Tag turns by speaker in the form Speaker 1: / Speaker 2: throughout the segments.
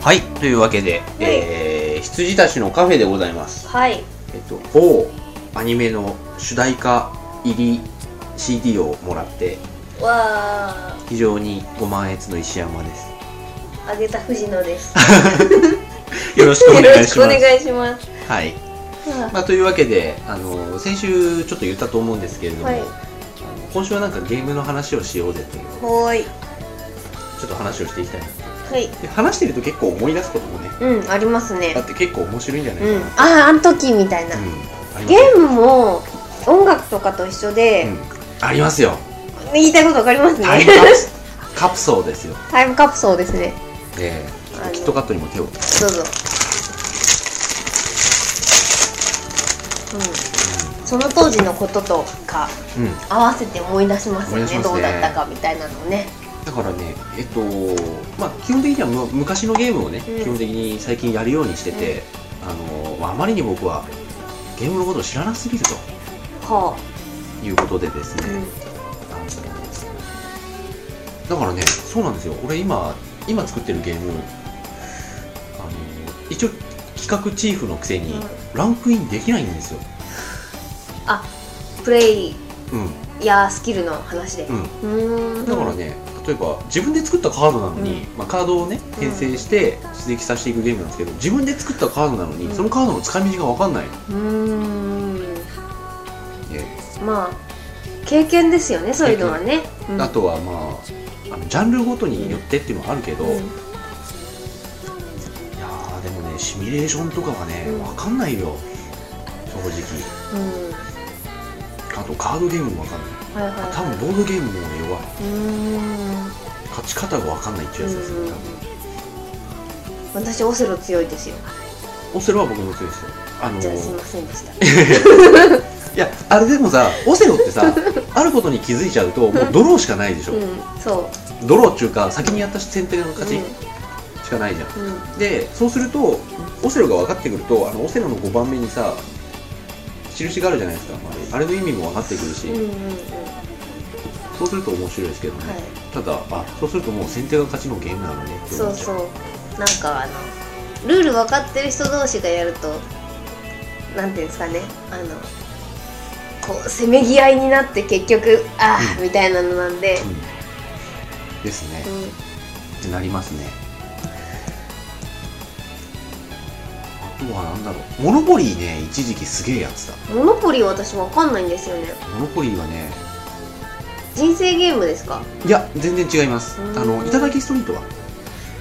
Speaker 1: はい、というわけで、えー、羊たちのカフェでございます。
Speaker 2: はい
Speaker 1: えっと、某アニメの主題歌入り CD をもらって、
Speaker 2: わ
Speaker 1: 非常にご満悦の石山 です。
Speaker 2: ーあげた藤野です
Speaker 1: よろしくお
Speaker 2: よ
Speaker 1: 願
Speaker 2: ろ
Speaker 1: い
Speaker 2: し
Speaker 1: し
Speaker 2: くお
Speaker 1: ます。
Speaker 2: 願いします
Speaker 1: はい。
Speaker 2: は
Speaker 1: まあ、というわけで、あの、先週ちょっと言ったと思うんですけれども、
Speaker 2: はい
Speaker 1: あの今週はなんかゲームの話をしようぜっていう、
Speaker 2: ーい
Speaker 1: ちょっと話をしていきたいな
Speaker 2: はい
Speaker 1: で話してると結構思い出すこともね、
Speaker 2: うんありますね
Speaker 1: だって結構面白いんじゃな
Speaker 2: う
Speaker 1: いか
Speaker 2: ん
Speaker 1: な。
Speaker 2: あああの時みたいな、
Speaker 1: うんあります
Speaker 2: ゲ
Speaker 1: よ
Speaker 2: ームも音楽とかと一緒で、
Speaker 1: うんありますよ。
Speaker 2: 言いたいことわかりますね
Speaker 1: タイムカプスカプソーですよ。
Speaker 2: タイムカプソーですね
Speaker 1: ええ
Speaker 2: あの
Speaker 1: キットカットにも手を。
Speaker 2: どうぞ、うん、その当時のこととか
Speaker 1: うん。
Speaker 2: 合わせて思い出しますよ
Speaker 1: 思い出し
Speaker 2: ね
Speaker 1: ます
Speaker 2: ど
Speaker 1: ね
Speaker 2: うだったかみたいなのをね
Speaker 1: だからね、えっと、まあ、基本的にはむ昔のゲームをね、
Speaker 2: うん
Speaker 1: 基本的に最近やるようにしてて、あの、まああまりに僕はゲームのことを知らなすぎると
Speaker 2: は
Speaker 1: いうことでです
Speaker 2: あ、
Speaker 1: ね、
Speaker 2: う
Speaker 1: あ
Speaker 2: ん
Speaker 1: のだからね、そうなんですよ。俺今、今作ってるゲーム、あの、一応企画チーフのくせに
Speaker 2: うん
Speaker 1: ランクインできないんですよ。
Speaker 2: あプレイ
Speaker 1: うん。
Speaker 2: ヤースキルの話で
Speaker 1: うん
Speaker 2: うん
Speaker 1: だからね、例えば自分で作ったカードなのに、まあ、カードをね転生して出撃させていくゲームなんですけど自分で作ったカードなのに、
Speaker 2: うん
Speaker 1: そのカードの使い道が分かんないの、
Speaker 2: うーん
Speaker 1: ね
Speaker 2: まあ経験ですよねそういうのはね、うん
Speaker 1: あとはまああのジャンルごとによってっていうのはあるけど、
Speaker 2: うん
Speaker 1: いやーでもねシミュレーションとかはね
Speaker 2: うん
Speaker 1: 分かんないよ正直
Speaker 2: うん
Speaker 1: あとカードゲームも分かんない
Speaker 2: はいはいはい
Speaker 1: 多分ボードゲームも弱いう
Speaker 2: ーん
Speaker 1: 勝ち方が分かんないっていうやつですよ、多分
Speaker 2: 私オセロ強いですよ
Speaker 1: オセロは僕の強いですよあのー
Speaker 2: じゃあすいませんでした
Speaker 1: いやあれでもさオセロってさあることに気づいちゃうともうドローしかないでしょ、
Speaker 2: うんそ
Speaker 1: ドローっていうか先にやった先手の
Speaker 2: う
Speaker 1: 勝ちしかないじゃん、
Speaker 2: うんうん
Speaker 1: でそうするとオセロが分かってくるとあのオセロの5番目にさ印があるじゃないですかあれあれの意味も分かってくるし、
Speaker 2: うんうんうん
Speaker 1: そうすると面白いですけどね、
Speaker 2: はい
Speaker 1: ただあそうするともう先手が勝ちのゲームなのねって
Speaker 2: そ
Speaker 1: 思
Speaker 2: う
Speaker 1: っちゃ
Speaker 2: そううなんかあのルール分かってる人同士がやるとなんていうんですかねあのこうせめぎ合いになって結局ああ、みたいなのなんで、
Speaker 1: うんですね、
Speaker 2: うん
Speaker 1: ってなりますねあとは何だろうモノポリーね一時期すげえやってた
Speaker 2: モノポリー私わかんないんですよね
Speaker 1: モノポリーはね
Speaker 2: 人生ゲームですか
Speaker 1: いや全然違います
Speaker 2: うん
Speaker 1: あのいただきストリートは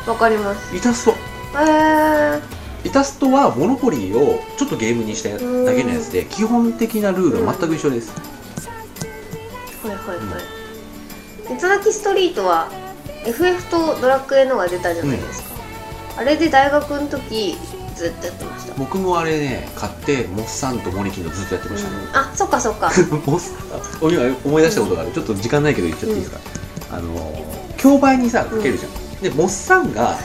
Speaker 2: わかります
Speaker 1: イタスト
Speaker 2: へえ
Speaker 1: イタストはモノポリーをちょっとゲームにしただけのやつで基本的なルールは全く一緒です
Speaker 2: はいはいはい「いただきストリート」は FF とドラクエのが出たじゃないですか、あれで大学の時ずっとやってました、
Speaker 1: 僕もあれね買ってモッサンとモネキンとずっとやってました、ね
Speaker 2: うんあそっかそっ か
Speaker 1: モッサンお今思い出したことがあるちょっと時間ないけど言っちゃっていいですか、あのー競売にさかけるじゃん、でモッサンが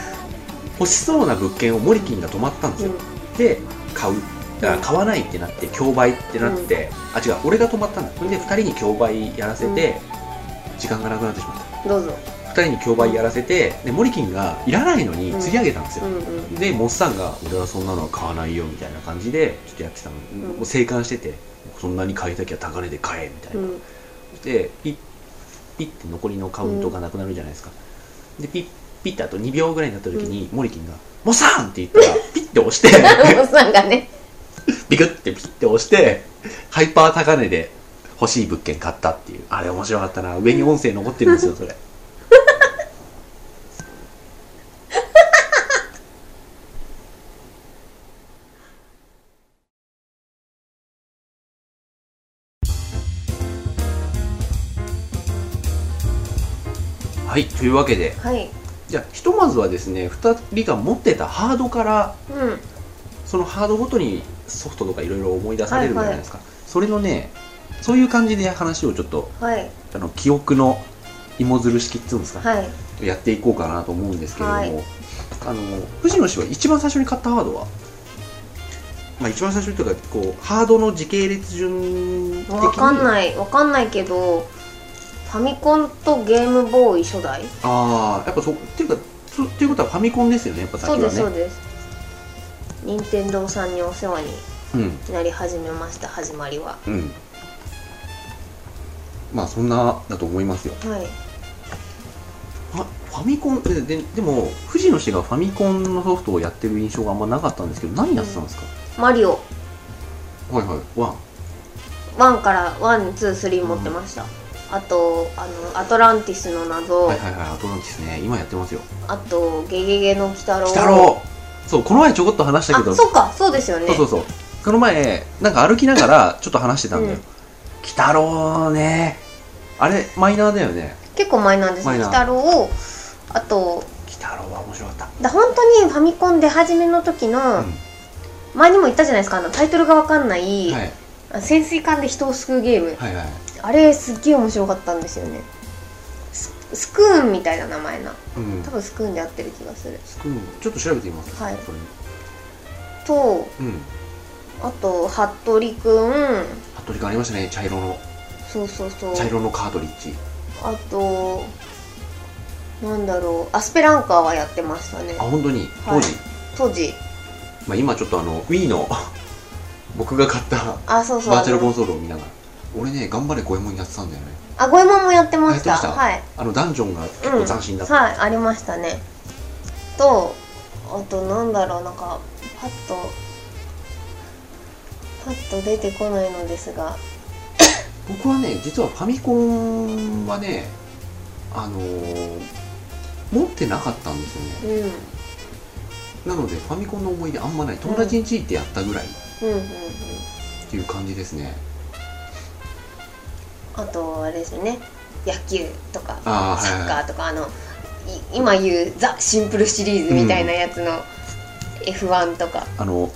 Speaker 1: 欲しそうな物件をモリキンが泊まったんです
Speaker 2: う
Speaker 1: よ、
Speaker 2: ん
Speaker 1: で買うだから買わないってなって競売ってなって、あ違う俺が泊まったんだそれで2人に競売やらせて、時間がなくなってしまった
Speaker 2: どうぞ
Speaker 1: 2人に競売やらせてでモリキンがいらないのに釣り上げたんですよ
Speaker 2: う、んうん
Speaker 1: でモッサンが「俺はそんなのは買わないよ」みたいな感じでちょっとやってたの、もう生還してて「そんなに買いたきゃ高値で買え」みたいうな、
Speaker 2: ん
Speaker 1: でピッピッて残りのカウントがなくなるじゃないですか、でピッピッてあと2秒ぐらいになった時に、モリキンが「モッサン!」って言ったらピッて押 して
Speaker 2: おっさんがね
Speaker 1: ビクッてピッて押して、ハイパー高値で欲しい物件買ったっていう。あれ面白かったな。上に音声残ってるんですよ、それ。はい、というわけで、
Speaker 2: はい
Speaker 1: じゃあ、ひとまずはですね、2人が持ってたハードから
Speaker 2: うん
Speaker 1: そのハードごとにソフトとかいろいろ思い出されるじゃないですか、それのねそういう感じで話をちょっと
Speaker 2: はい
Speaker 1: あの記憶の芋づる式っていうんですか、
Speaker 2: はい
Speaker 1: やっていこうかなと思うんですけれども、
Speaker 2: はい
Speaker 1: あの藤野氏は一番最初に買ったハードは、まあ、一番最初というかこうハードの時系列順的に
Speaker 2: わかんないわかんないけどファミコンとゲームボーイ初代
Speaker 1: ああやっぱそうっていうかそっていうことはファミコンですよねやっぱ
Speaker 2: そ
Speaker 1: 先
Speaker 2: うで
Speaker 1: は
Speaker 2: す
Speaker 1: ね
Speaker 2: そうです任天堂さんにお世話に
Speaker 1: うん
Speaker 2: なり始めました始まりは
Speaker 1: うんまあそんなだと思いますよ
Speaker 2: はい
Speaker 1: ファファミコンでででも藤野氏がファミコンのソフトをやってる印象があんまなかったんですけど何やってたんですか、
Speaker 2: マリオ
Speaker 1: はいはいワン
Speaker 2: 1から123持ってました、あとあのアトランティスの謎、
Speaker 1: はいはいはいアトランティスね今やってますよ
Speaker 2: あとゲゲゲの鬼太郎
Speaker 1: 鬼太郎そうこの前ちょこっと話したけど
Speaker 2: あそっかそうですよね
Speaker 1: そうそうそうこの前なんか歩きながらちょっと話してたんだよ
Speaker 2: うん
Speaker 1: 鬼太郎ねあれマイナーだよね
Speaker 2: 結構マイナーです
Speaker 1: マイ
Speaker 2: ね
Speaker 1: ナー
Speaker 2: 鬼太郎あと
Speaker 1: 鬼太郎は面白かった
Speaker 2: だ本当にファミコン出始めの時の、
Speaker 1: う
Speaker 2: 前にも言ったじゃないですかあのタイトルが分かんない、
Speaker 1: んはい
Speaker 2: あ潜水艦で人を救うゲーム
Speaker 1: はいはい
Speaker 2: あれすっげえ面白かったんですよねススクーンみたいな名前な
Speaker 1: うん
Speaker 2: 多分スクーンで合ってる気がする
Speaker 1: スクーンちょっと調べてみます
Speaker 2: はい
Speaker 1: それ
Speaker 2: と
Speaker 1: うん
Speaker 2: あと服部くん
Speaker 1: 服部君ありましたね茶色の
Speaker 2: そうそうそう
Speaker 1: 茶色のカートリッジ
Speaker 2: あとなんだろうアスペランカーはやってましたね
Speaker 1: あ本当に当時、
Speaker 2: はい当時
Speaker 1: まあ、今ちょっとあの Wii の 僕が買った
Speaker 2: あそうそう
Speaker 1: バーチャル
Speaker 2: あの
Speaker 1: コンソールを見ながら俺ね頑張れ五右衛門やってたんだよね
Speaker 2: あ五右衛門もやってました
Speaker 1: やってました
Speaker 2: はい
Speaker 1: あのダンジョンが結構斬新だった、
Speaker 2: はいありましたねとあとなんだろうなんかパッとパッと出てこないのですが
Speaker 1: 僕はね実はファミコンはねあのー持ってなかったんですよね
Speaker 2: うんうん
Speaker 1: なのでファミコンの思い出あんまない友達についてやったぐらいっ
Speaker 2: うんうん
Speaker 1: ていう感じですね、
Speaker 2: あとあれですよね野球とか
Speaker 1: ああ
Speaker 2: サッカ
Speaker 1: はいはい
Speaker 2: ーとかあのい今言うザ・シンプルシリーズみたいなやつの F1 とか、
Speaker 1: あの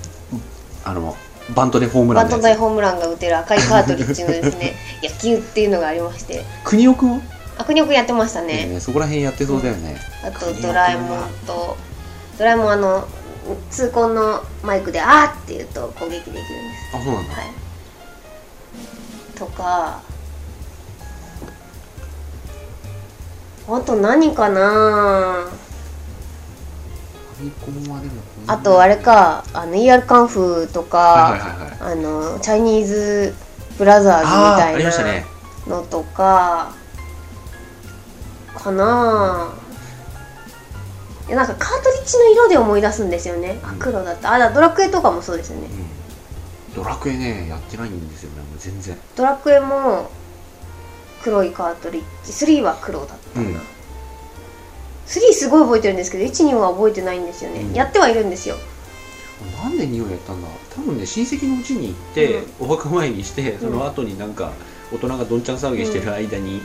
Speaker 1: あのバントでホームラ
Speaker 2: バ
Speaker 1: ンの
Speaker 2: ット台
Speaker 1: やつ
Speaker 2: ホームランが打てる赤いカートリッジのです ね野球っていうのがありまして
Speaker 1: 国尾くんは
Speaker 2: あくにょくやってましたね、
Speaker 1: ねそこら辺やってそうだよね、
Speaker 2: あとドラえもんとドラえもんあの痛恨のマイクで「あー!」って言うと攻撃できるんで
Speaker 1: あそうなんだ、
Speaker 2: すはいとかあと何かな
Speaker 1: ファミコンはでもこんな
Speaker 2: あとあれかあの ER カンフーと
Speaker 1: はい
Speaker 2: か
Speaker 1: はいはいはい
Speaker 2: あのチャイニーズブラザーズみ
Speaker 1: ああーあ
Speaker 2: た
Speaker 1: りました
Speaker 2: い
Speaker 1: ね
Speaker 2: なのとかかなあいやなんかカートリッジの色で思い出すんですよねあ
Speaker 1: うん
Speaker 2: 黒だったあだドラクエとかもそうですよね
Speaker 1: うんドラクエねやってないんですよねもう全然
Speaker 2: ドラクエも黒いカートリッジ3は黒だったな、
Speaker 1: うん
Speaker 2: 3すごい覚えてるんですけど12は覚えてないんですよね、
Speaker 1: うん
Speaker 2: やってはいるんですよ
Speaker 1: なんで匂いやったんだ多分ね親戚の家に行って、お墓参りにしてその後になんか大人がどんちゃん騒ぎしてる間に、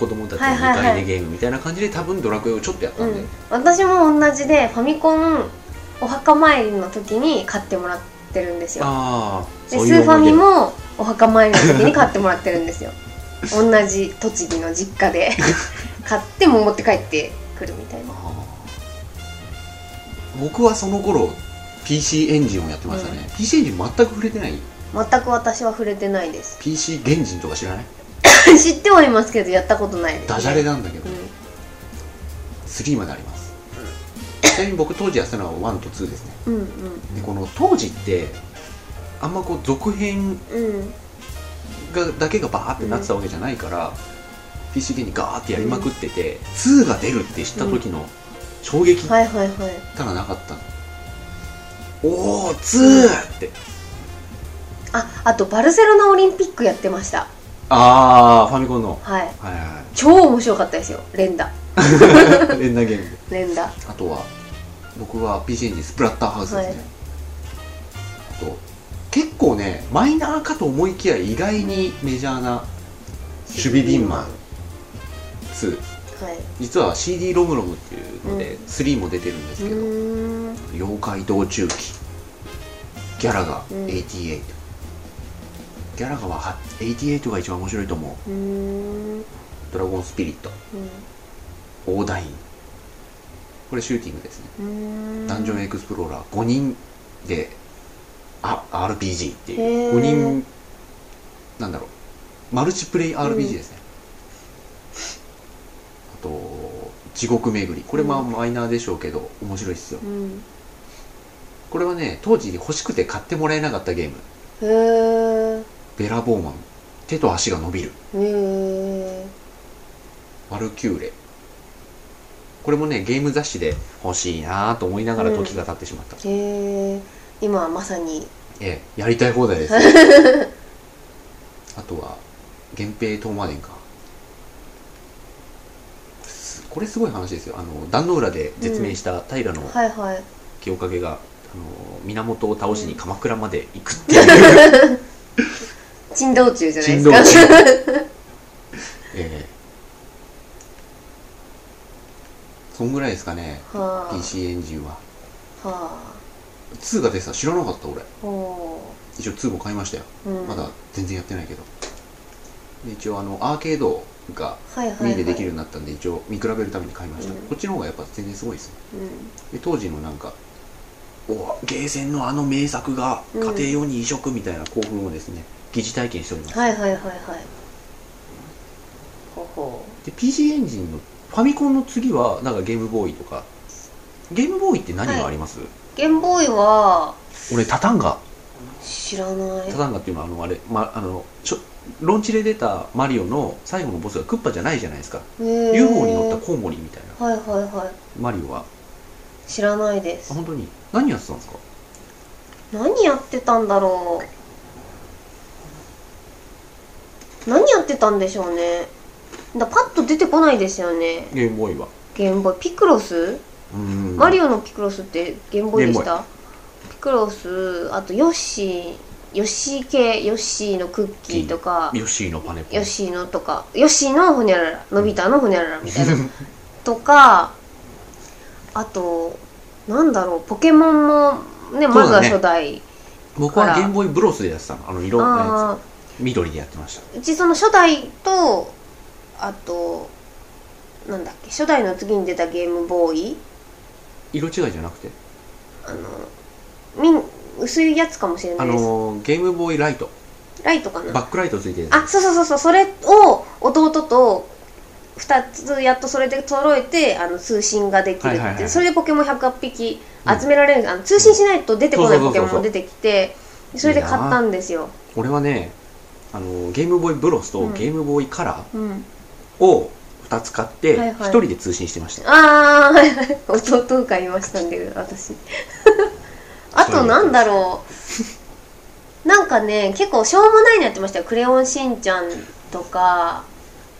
Speaker 1: 子供たちの
Speaker 2: はいはいはい
Speaker 1: 2階でゲームみたいな感じで多分ドラクエをちょっとやったんで、
Speaker 2: うん、私も同じでファミコンお墓参りの時に買ってもらってるんですよ
Speaker 1: ああ
Speaker 2: でスーファミ
Speaker 1: も
Speaker 2: もお墓参りの時に買ってもらってる んですよ同じ栃木の実家で買っても持って帰ってくるみたいな
Speaker 1: 僕はその頃 PC エンジンをやってましたね、PC エンジン全く触れてない
Speaker 2: 全く私は触れてないです
Speaker 1: PC 原人とか知らない
Speaker 2: 知ってはいますけどやったことないです、
Speaker 1: ダジャレなんだけど、
Speaker 2: うん
Speaker 1: 3まであります、ちなみに僕当時やってたのは1と2ですね
Speaker 2: うん
Speaker 1: でこの当時ってあんまこう続編
Speaker 2: うんうん
Speaker 1: がだけがバーってなってたわけじゃないから、PC ゲーにガーってやりまくってて、2が出るって知った時の衝撃っ
Speaker 2: はいはいはい
Speaker 1: たらなかったの、おお 2! って
Speaker 2: ああとバルセロナオリンピックやってました
Speaker 1: ああファミコンの
Speaker 2: はい
Speaker 1: はいは
Speaker 2: 超面白かったですよ連打
Speaker 1: い連打ゲームで
Speaker 2: 連打
Speaker 1: あとは僕は PC エンジンスプラッターハウスですね、あと結構ねマイナーかと思いきや意外にメジャーな守備ビンマン2
Speaker 2: はい
Speaker 1: 実は CD ロムロムっていうので、
Speaker 2: う
Speaker 1: 3も出てるんですけど、
Speaker 2: うーん
Speaker 1: 妖怪道中記ギャラガ
Speaker 2: うん
Speaker 1: 88、ギャラガはは88が一番面白いと思う
Speaker 2: うーん
Speaker 1: ドラゴンスピリットオーダインこれシューティングですね、
Speaker 2: うん
Speaker 1: ダンジョンエクスプローラー5人であ RPG ってい
Speaker 2: へ
Speaker 1: う
Speaker 2: ー
Speaker 1: 5人なんだろうマルチプレイ RPG ですね、あと地獄巡りこれまあマイナーでしょうけど面白いっすよ
Speaker 2: うん
Speaker 1: これはね当時欲しくて買ってもらえなかったゲーム
Speaker 2: へえ
Speaker 1: ベラボーマン手と足が伸びる
Speaker 2: へえ
Speaker 1: マルキューレこれもねゲーム雑誌で欲しいなぁと思いながら時が経ってしまった、
Speaker 2: へえ今はまさに
Speaker 1: ええやりたい放題 ですあとは源平東馬伝かすこれすごい話ですよあの壇ノ浦で絶命した平の
Speaker 2: はいはい
Speaker 1: 清影が、あの源を倒しに鎌倉まで行くっていう、
Speaker 2: 珍道中じゃないで
Speaker 1: 珍
Speaker 2: す
Speaker 1: 道
Speaker 2: か
Speaker 1: 中ええそんぐらいですかね
Speaker 2: はあ
Speaker 1: PC エンジンは
Speaker 2: は
Speaker 1: 2が出てた知らなかった俺
Speaker 2: あお
Speaker 1: 一応2も買いましたよ
Speaker 2: ーうん
Speaker 1: まだ全然やってないけどで一応あのアーケードが
Speaker 2: はいはい、は
Speaker 1: Wii
Speaker 2: い、
Speaker 1: でできるようになったんで一応見比べるために買いました、
Speaker 2: うん
Speaker 1: こっちの方がやっぱ全然すごいですね
Speaker 2: うん
Speaker 1: で当時のなんかおおゲーセンのあの名作が家庭用に移植みたいな興奮をですね疑似体験しております、
Speaker 2: はいはいはいはいほほ
Speaker 1: で PC エンジンのファミコンの次はなんかゲームボーイとかゲームボーイって何があります、
Speaker 2: ゲームボーイは
Speaker 1: 俺タタンガ
Speaker 2: 知らない
Speaker 1: タタンガっていうのはあのあれ、ま、あのしょロンチで出たマリオの最後のボスがクッパじゃないじゃないですか、
Speaker 2: へえ
Speaker 1: UFO に乗ったコウモリみたいな
Speaker 2: はいはいはい
Speaker 1: マリオは
Speaker 2: 知らないで
Speaker 1: あ
Speaker 2: す
Speaker 1: 本当に何やってたんですか
Speaker 2: 何やってたんだろう何やってたんでしょうねだパッと出てこないですよね
Speaker 1: ゲームボーイは
Speaker 2: ゲームボーイピクロス
Speaker 1: うん
Speaker 2: マリオのピクロスってゲームボーイでし
Speaker 1: ゲ
Speaker 2: たピクロスあとヨッシーヨッシー系ヨッシーのクッキーとか
Speaker 1: ヨッシーのパネポン
Speaker 2: ヨッシーのとかヨッシーのほにゃららのび太のほにゃららみたいな
Speaker 1: う
Speaker 2: とかあとなんだろうポケモンもねまずは初代、
Speaker 1: ん 僕はゲームボーイブロスでやってたのあの色のや
Speaker 2: ああ
Speaker 1: つ緑でやってました
Speaker 2: うちその初代とあとなんだっけ初代の次に出たゲームボーイ
Speaker 1: 色違いじゃなくて
Speaker 2: あのみん薄いやつかもしれな
Speaker 1: あ
Speaker 2: いです、
Speaker 1: のーゲームボーイライト
Speaker 2: ライトか
Speaker 1: バ
Speaker 2: な
Speaker 1: ックライトついてる
Speaker 2: あそうそうそうそうそれを弟と2つやっとそれで揃えてあの通信ができるって、
Speaker 1: はいはいはい
Speaker 2: それでポケモン108匹
Speaker 1: うん
Speaker 2: 集められるんです、あの通信しないと出てこない
Speaker 1: うんそ
Speaker 2: ポ
Speaker 1: う
Speaker 2: ケ
Speaker 1: そうそ
Speaker 2: モ
Speaker 1: う
Speaker 2: ン
Speaker 1: そう
Speaker 2: も出てきてそれで買ったんですよ
Speaker 1: 俺はねあのーゲームボーイブロスと
Speaker 2: うん
Speaker 1: ゲームボーイカラ
Speaker 2: うん、
Speaker 1: ーを2つ買って
Speaker 2: はい
Speaker 1: 1
Speaker 2: はい
Speaker 1: 人で通信してました、
Speaker 2: ああはいはい 弟がいましたんで私 あとなんだろうなんかね結構しょうもないのやってましたよ「クレヨンしんちゃん」とか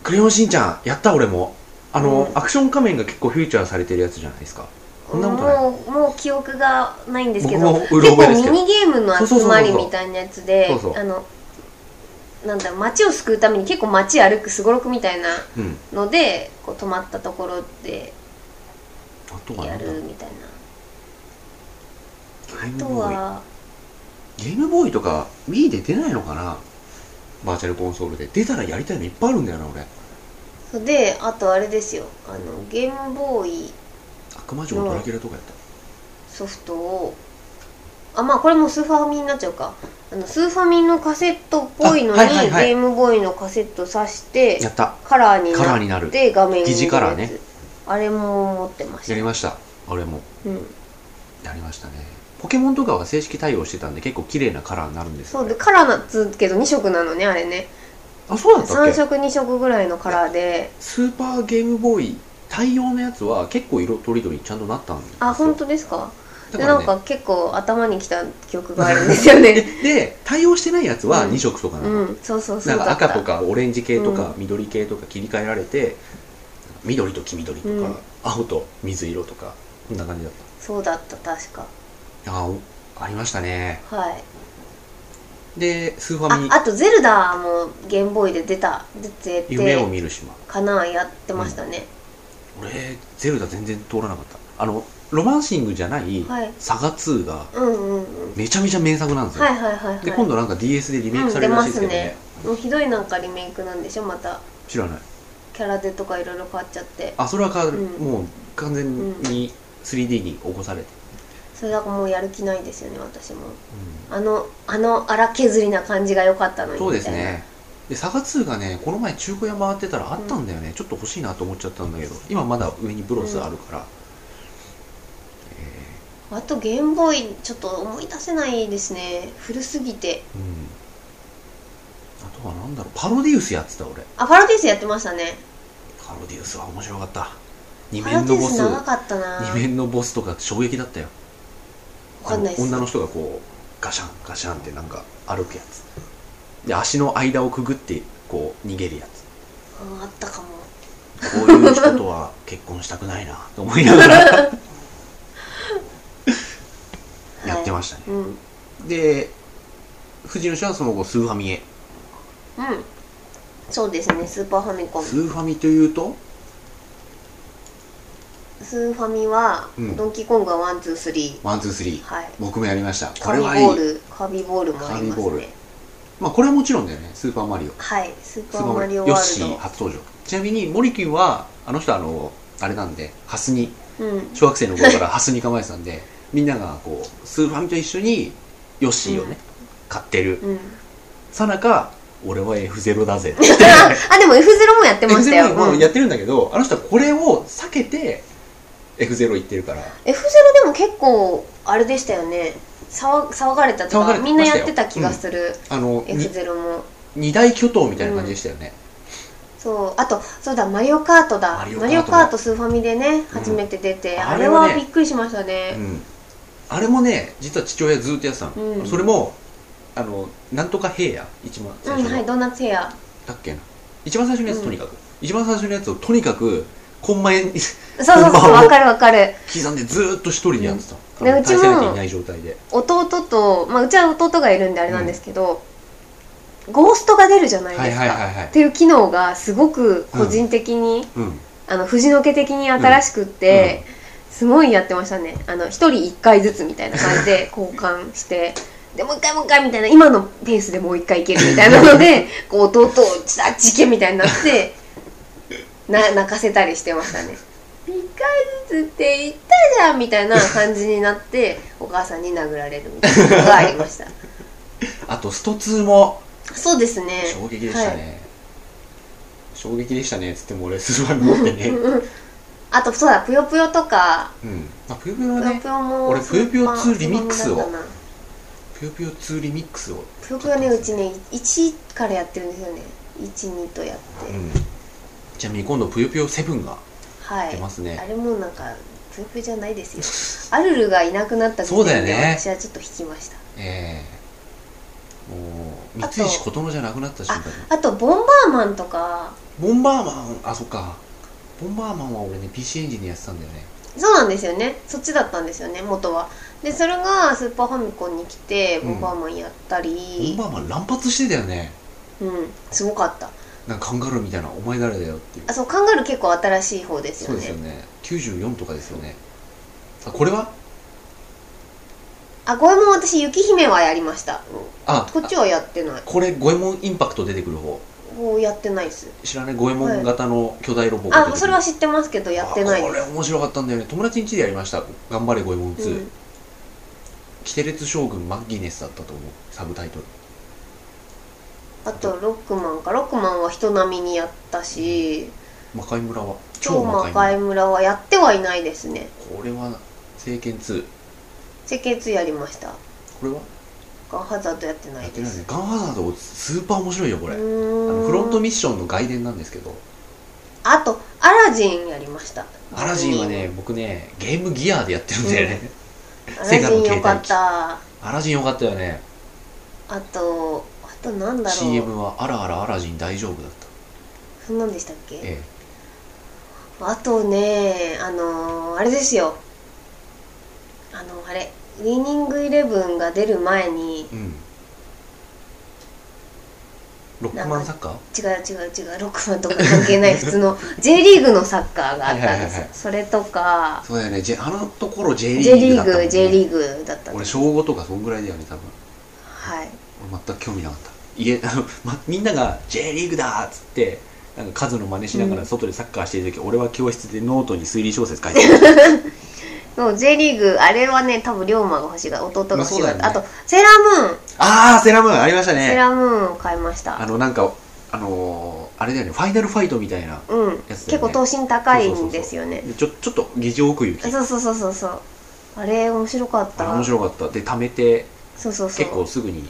Speaker 1: クレヨンしんちゃんやった俺もあのー、
Speaker 2: うん
Speaker 1: アクション仮面が結構フューチャーされてるやつじゃないですかそんなことない
Speaker 2: もうもう記憶がないんですけど
Speaker 1: 僕もうろ
Speaker 2: 結
Speaker 1: 覚え
Speaker 2: 構
Speaker 1: で
Speaker 2: ミ
Speaker 1: すけど
Speaker 2: ニゲームの集まりみたいなやつで
Speaker 1: そうそうそうそう
Speaker 2: あのなんだろう街を救うために結構街歩くすごろくみたいな
Speaker 1: うん
Speaker 2: のでこう泊まったところで
Speaker 1: あとは
Speaker 2: や
Speaker 1: なんだろ
Speaker 2: る
Speaker 1: う
Speaker 2: みたいな
Speaker 1: ゲー
Speaker 2: あ
Speaker 1: ム
Speaker 2: と
Speaker 1: ボーイ
Speaker 2: は
Speaker 1: ゲームボーイとか Wii で出ないのかなバーチャルコンソールで出たらやりたいのいっぱいあるんだよな俺
Speaker 2: そうであとあれですよあのゲームボーイ
Speaker 1: 悪魔城のドラキュラとかやった
Speaker 2: ソフトをあまあこれもスーファミになっちゃうかあのスーファミのカセットっぽいのに
Speaker 1: あはいはいはい
Speaker 2: ゲームボーイのカセット挿して
Speaker 1: やった
Speaker 2: カラーに
Speaker 1: カラー
Speaker 2: なっ
Speaker 1: になる
Speaker 2: て画面に
Speaker 1: 疑似カラーね
Speaker 2: 出るやつあれも持ってまし
Speaker 1: やり
Speaker 2: た
Speaker 1: ました俺も
Speaker 2: うん、
Speaker 1: やりましたねポケモンとかは正式対応してたんで結構綺麗なカラーになるんです
Speaker 2: そ
Speaker 1: よ、
Speaker 2: う
Speaker 1: ね
Speaker 2: で、カラーなんつうけど2色なのねあれね
Speaker 1: あそうだったっ
Speaker 2: 3
Speaker 1: け
Speaker 2: 色2色ぐらいのカラーで
Speaker 1: スーパーゲームボーイ対応のやつは結構色とりどりちゃんとなったんですよ
Speaker 2: あ本当ですか
Speaker 1: だ
Speaker 2: で
Speaker 1: から、
Speaker 2: なん
Speaker 1: ね、
Speaker 2: か結構頭にきた記憶があるんです よね
Speaker 1: で対応してないやつは2色とかなの、
Speaker 2: うんそうそうそ
Speaker 1: な
Speaker 2: うん
Speaker 1: か
Speaker 2: だった
Speaker 1: 赤とかオレンジ系とか
Speaker 2: う
Speaker 1: 緑系とか切り替えられて、緑と黄緑とか、
Speaker 2: うん
Speaker 1: 青と水色とかこんな感じだっ
Speaker 2: そうだった確か
Speaker 1: たあおありましたね
Speaker 2: はい
Speaker 1: でスーファ
Speaker 2: あ
Speaker 1: ミ
Speaker 2: あと「ゼルダ」もゲームボーイで出た出て
Speaker 1: 夢を
Speaker 2: て
Speaker 1: 見る島
Speaker 2: かなやってましたね、
Speaker 1: 俺ゼルダ全然通らなかったあのロマンシングじゃない、
Speaker 2: はい
Speaker 1: サガ2が
Speaker 2: うんうんうん
Speaker 1: めちゃめちゃ名作なんですよ、
Speaker 2: はいはいはいはい
Speaker 1: で今度なんか DS でリメイクされるらしいですけどね,、
Speaker 2: うん出もうひどいなんかリメイクなんでしょまた
Speaker 1: 知らない
Speaker 2: キャラでとかいろいろ変わっちゃって
Speaker 1: あそれは変わる、
Speaker 2: うん
Speaker 1: もう完全に 3D に起こされて、
Speaker 2: それだからもうやる気ないですよね私も
Speaker 1: うん
Speaker 2: あのあの荒削りな感じが良かったのに
Speaker 1: そうです
Speaker 2: みたいな
Speaker 1: ねでサガ2がねこの前中古屋回ってたらあったんだよね、ちょっと欲しいなと思っちゃったんだけど今まだ上にブロスあるから、
Speaker 2: あとゲームボーイちょっと思い出せないですね古すぎて
Speaker 1: えーうんあとはなんだろうパロディウスやってた俺
Speaker 2: あパラディスやってましたね
Speaker 1: パロディウスは面白かった二
Speaker 2: パラ
Speaker 1: 面
Speaker 2: デ
Speaker 1: の
Speaker 2: ィ
Speaker 1: ボ
Speaker 2: ス
Speaker 1: ス
Speaker 2: 長かったな
Speaker 1: 二面のボスとか衝撃だったよ
Speaker 2: わかんないです
Speaker 1: あの女の人がこうガシャンガシャンってなんか歩くやつで足の間をくぐってこう逃げるやつ
Speaker 2: うんあったかも
Speaker 1: こういう人とは結婚したくないなと思いながらやってましたね、
Speaker 2: うんうん
Speaker 1: で藤吉はその後スーファミへ
Speaker 2: そうですねスーパーファミコン
Speaker 1: スーファミというと
Speaker 2: スーファミは、
Speaker 1: うん
Speaker 2: ドンキーコングはワンツースリー
Speaker 1: ワンツースリー
Speaker 2: はい
Speaker 1: 僕もやりましたこ
Speaker 2: カ
Speaker 1: れ
Speaker 2: ビ
Speaker 1: はいい
Speaker 2: ボールカビボールもありま
Speaker 1: カビ
Speaker 2: す
Speaker 1: ボール
Speaker 2: ね
Speaker 1: まあこれはもちろんだよねスーパーマリオ
Speaker 2: はいスー
Speaker 1: ス
Speaker 2: パ
Speaker 1: ーパ
Speaker 2: ー
Speaker 1: ー
Speaker 2: マ
Speaker 1: マ
Speaker 2: リ
Speaker 1: リ
Speaker 2: オ
Speaker 1: オ
Speaker 2: ワ
Speaker 1: ヨッ
Speaker 2: ー
Speaker 1: シー
Speaker 2: ル
Speaker 1: 初登場ちなみにモリキンはあの人あのあれなんでハスに
Speaker 2: ドうん
Speaker 1: 小学生の頃 からハスに構えてたんでみんながこうスーファミと一緒にヨッシーをね、
Speaker 2: うん
Speaker 1: 買ってる
Speaker 2: うん
Speaker 1: さなか俺は F0 だ ぜって
Speaker 2: あでも F0 もやってましたよ
Speaker 1: F0 も
Speaker 2: うん
Speaker 1: やってるんだけどあの人はこれを避けて F0 行ってるから
Speaker 2: F0 でも結構あれでしたよね騒騒がれたと
Speaker 1: 騒が
Speaker 2: か
Speaker 1: れてましたよ
Speaker 2: みんなやってた気がする、
Speaker 1: あのに
Speaker 2: F0 も
Speaker 1: 二大巨頭みたいな感じでしたよね、
Speaker 2: そうあとそうだマリオカートだマ
Speaker 1: マ
Speaker 2: リ
Speaker 1: リ
Speaker 2: オ
Speaker 1: オ
Speaker 2: カ
Speaker 1: カートも
Speaker 2: ートスーファミでね初めて出て、あ
Speaker 1: あ
Speaker 2: れ
Speaker 1: れはね
Speaker 2: はびっくりしました
Speaker 1: う
Speaker 2: ね、
Speaker 1: んあれもね実は父親ずっとやってたの、
Speaker 2: うん
Speaker 1: それもあのなんとか平野一番
Speaker 2: う
Speaker 1: 最
Speaker 2: ん
Speaker 1: 初の、
Speaker 2: はいドーナツヘ ア
Speaker 1: だっけな一番最初のやつ、
Speaker 2: うん
Speaker 1: とにかく一番最初のやつをとにかくコンマ円に
Speaker 2: そうそう
Speaker 1: こんば
Speaker 2: そうん
Speaker 1: は
Speaker 2: わかるわかる
Speaker 1: 刻んでずーっと一人でやってた、
Speaker 2: うんでうち
Speaker 1: 対戦
Speaker 2: も
Speaker 1: 相手いない状態で
Speaker 2: 弟と、まあ、うちは弟がいるんであれなんですけど、ゴーストが出るじゃない
Speaker 1: は
Speaker 2: で
Speaker 1: い
Speaker 2: すか、
Speaker 1: はいはいはい
Speaker 2: っていう機能がすごく個人的に、
Speaker 1: うん
Speaker 2: あの藤の家的に新しくって、すごいやってましたねあの1人1回ずつみたいな感じ で交換してでもう1回もう1回みたいな今のペースでもう1回いけるみたいな のでこう弟をちあっち行けみたいになってな泣かせたりしてましたね1回ずつって言ったじゃんみたいな感じになってお母さんに殴られるみたいなのがありました
Speaker 1: あとスト2も
Speaker 2: そうですね
Speaker 1: 衝撃でしたね、衝撃でしたねっつっても俺スーパーに持ってね
Speaker 2: はいうんあとそうだぷよぷよとか
Speaker 1: うんあぷよぷよは
Speaker 2: ぷよ
Speaker 1: ね
Speaker 2: ぷよも
Speaker 1: 俺ぷよぷよ
Speaker 2: スーパー
Speaker 1: 2リミックスを
Speaker 2: スーパーだったな
Speaker 1: ぷよぷよ2リミックスを
Speaker 2: ぷよぷよねうちね1からやってるんですよね12とやって、
Speaker 1: うんちなみに今度ぷよぷよ7が
Speaker 2: はい
Speaker 1: 出ますね
Speaker 2: あれもなんかぷよぷよじゃないですよ アルルがいなくなった時
Speaker 1: そうだ
Speaker 2: 点
Speaker 1: よ
Speaker 2: で
Speaker 1: ね
Speaker 2: 私はちょっと引きました、
Speaker 1: ええもう
Speaker 2: あ
Speaker 1: 三
Speaker 2: と
Speaker 1: 石琴乃じゃなくなった瞬間に
Speaker 2: あとボンバーマンとか
Speaker 1: ボンバーマンあそっかボンバーマンは俺ね PC エンジンでやってたんだよね
Speaker 2: そうなんですよねそっちだったんですよね元はでそれがスーパーファミコンに来てボンバーマンやった
Speaker 1: ボン
Speaker 2: り
Speaker 1: バーマン乱発してたよね
Speaker 2: うん、すごかった
Speaker 1: なんかカンガルーみたいなお前誰だよっていう
Speaker 2: あそうカンガルー結構新しい方です
Speaker 1: そ
Speaker 2: よ
Speaker 1: う
Speaker 2: ね
Speaker 1: ですよね94とかですよねあこれは
Speaker 2: あゴエモン私雪姫はやりました
Speaker 1: あ
Speaker 2: こっちはやってない
Speaker 1: あこれ五右衛門インパクト出てくる方
Speaker 2: こうやってないです
Speaker 1: 知らない五右衛門型の巨大ロボが出てく
Speaker 2: あ
Speaker 1: る
Speaker 2: それは知ってますけどやってな
Speaker 1: あ
Speaker 2: いで
Speaker 1: こ
Speaker 2: す
Speaker 1: れ面白かったんだよね友達ん家でやりました「頑張れ五右衛門2」
Speaker 2: うん
Speaker 1: キテレツ将軍マッギネスだったと思うサブタイトル
Speaker 2: あとロックマンかロックマンは人並みにやったし
Speaker 1: 魔界村は
Speaker 2: 超魔界
Speaker 1: 魔
Speaker 2: 村はやってはいないですね
Speaker 1: これは聖剣2
Speaker 2: 設計2やりました
Speaker 1: これは
Speaker 2: ガンハザードやってな
Speaker 1: や
Speaker 2: い
Speaker 1: って
Speaker 2: で
Speaker 1: ないね
Speaker 2: す
Speaker 1: ガンハザードスーパー面白いよこ
Speaker 2: う
Speaker 1: れあ
Speaker 2: ー
Speaker 1: の
Speaker 2: ん
Speaker 1: フロントミッションの外伝なんですけど
Speaker 2: あとアラジンやりました
Speaker 1: アラジンはね僕ねゲームギアでやってるんだよね、
Speaker 2: ア
Speaker 1: セ
Speaker 2: ラ
Speaker 1: ガの
Speaker 2: ジンよか
Speaker 1: 携
Speaker 2: っ
Speaker 1: 帯機
Speaker 2: たあ
Speaker 1: アラジンよかったよね
Speaker 2: とあとなんだろう
Speaker 1: CM は「あらあらアラジン大丈夫」だった
Speaker 2: そんなんでしたっけ
Speaker 1: え
Speaker 2: あとねあのーあれですよあのあれウィニングイレブンが出る前に
Speaker 1: えうんロックマンサッカー
Speaker 2: 違う違う違うロックマンとか関係ない普 通の J リーグのサッカーがあったんです
Speaker 1: はいはいはい
Speaker 2: よ
Speaker 1: はい
Speaker 2: それとか
Speaker 1: そうだよね、J、あのところ J リ
Speaker 2: J リ
Speaker 1: ーグだったもん、
Speaker 2: ーグ
Speaker 1: ね、
Speaker 2: J リーグだったんで
Speaker 1: 俺
Speaker 2: す
Speaker 1: 小5とかそんぐらいだよね多分
Speaker 2: はい
Speaker 1: 俺全く興味なかった家 あの、ま、みんなが J リーグだっつってなんか数の真似しなが
Speaker 2: う
Speaker 1: ら
Speaker 2: ん
Speaker 1: 外でサッカーしてる時、俺は教室でノートに推理小説書いてる
Speaker 2: そう J リーグあれはね多分龍馬が欲しいが弟が欲しいが、
Speaker 1: まあそうだよね
Speaker 2: あとセーラームーン
Speaker 1: ああセラムーンありました
Speaker 2: セー
Speaker 1: ね
Speaker 2: ラームーンを買いまし
Speaker 1: あ
Speaker 2: た
Speaker 1: のなんかあのーあれだよねファイナルファイトみたいな
Speaker 2: うん、
Speaker 1: やつだ
Speaker 2: 結
Speaker 1: よね
Speaker 2: 構等身高いんですよね
Speaker 1: でちょちょっと議事奥行き
Speaker 2: そうそうそうそうそうあれ面白かっ
Speaker 1: あれ
Speaker 2: た
Speaker 1: 面白かったで貯めて
Speaker 2: そうそうそう
Speaker 1: 結構すぐに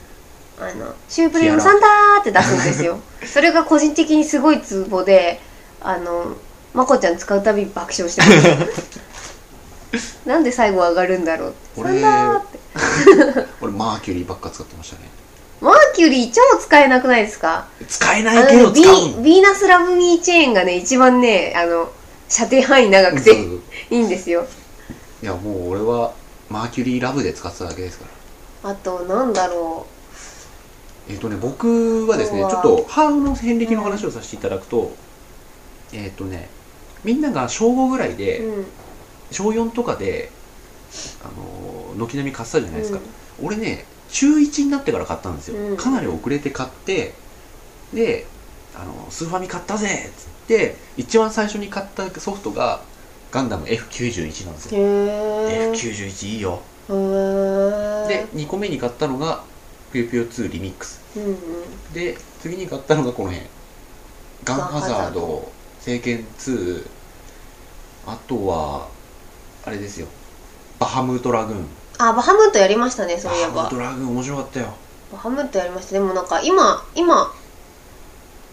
Speaker 2: あの「シュープリームサンダー!」って出すんですよそれが個人的にすごいツボであのまこちゃん使うたびに爆笑してました なんで最後上がるんだろうってサ
Speaker 1: 俺
Speaker 2: ンダーって
Speaker 1: 俺マーキュリーばっか使ってましたね
Speaker 2: マーキュリー超使えなくないですか
Speaker 1: 使え
Speaker 2: あ
Speaker 1: ないけど
Speaker 2: の
Speaker 1: 使
Speaker 2: ね
Speaker 1: う
Speaker 2: ヴィヴィーナス・ラブ・ミー・チェーンがね一番ねあの射程範囲長
Speaker 1: の
Speaker 2: くて
Speaker 1: うん
Speaker 2: いいんですよ
Speaker 1: いやもう俺はマーキュリーラブで使ってただけですから
Speaker 2: あとなんだろ
Speaker 1: えっ、とね僕はですねち
Speaker 2: う
Speaker 1: ょ
Speaker 2: わ、
Speaker 1: っとハーフの遍歴の話をさせていただくと、えっ、とねみんなが小5ぐらいうで、
Speaker 2: うん、
Speaker 1: 小4とかであのー軒並み買ってたじゃないですか
Speaker 2: う、ん
Speaker 1: 俺ね中1になってから買ったんですよ、
Speaker 2: うん
Speaker 1: かなり遅れて買ってであのスーファミ買ったぜっつって一番最初に買ったソフトがガンダム F91 なんですよ、
Speaker 2: へえ
Speaker 1: F91 いいよで
Speaker 2: で
Speaker 1: 2個目に買ったのが「ぷよぷよ2リミックス
Speaker 2: うんうん」
Speaker 1: で次に買ったのがこの辺「ガンハザード」「聖剣2」あとはあれですよ「バハムートラグーン」
Speaker 2: あバハムートやりましたねそういえ
Speaker 1: バハムー
Speaker 2: ば
Speaker 1: トラグーン面白かったよ
Speaker 2: バハムートやりましたでもなんか今今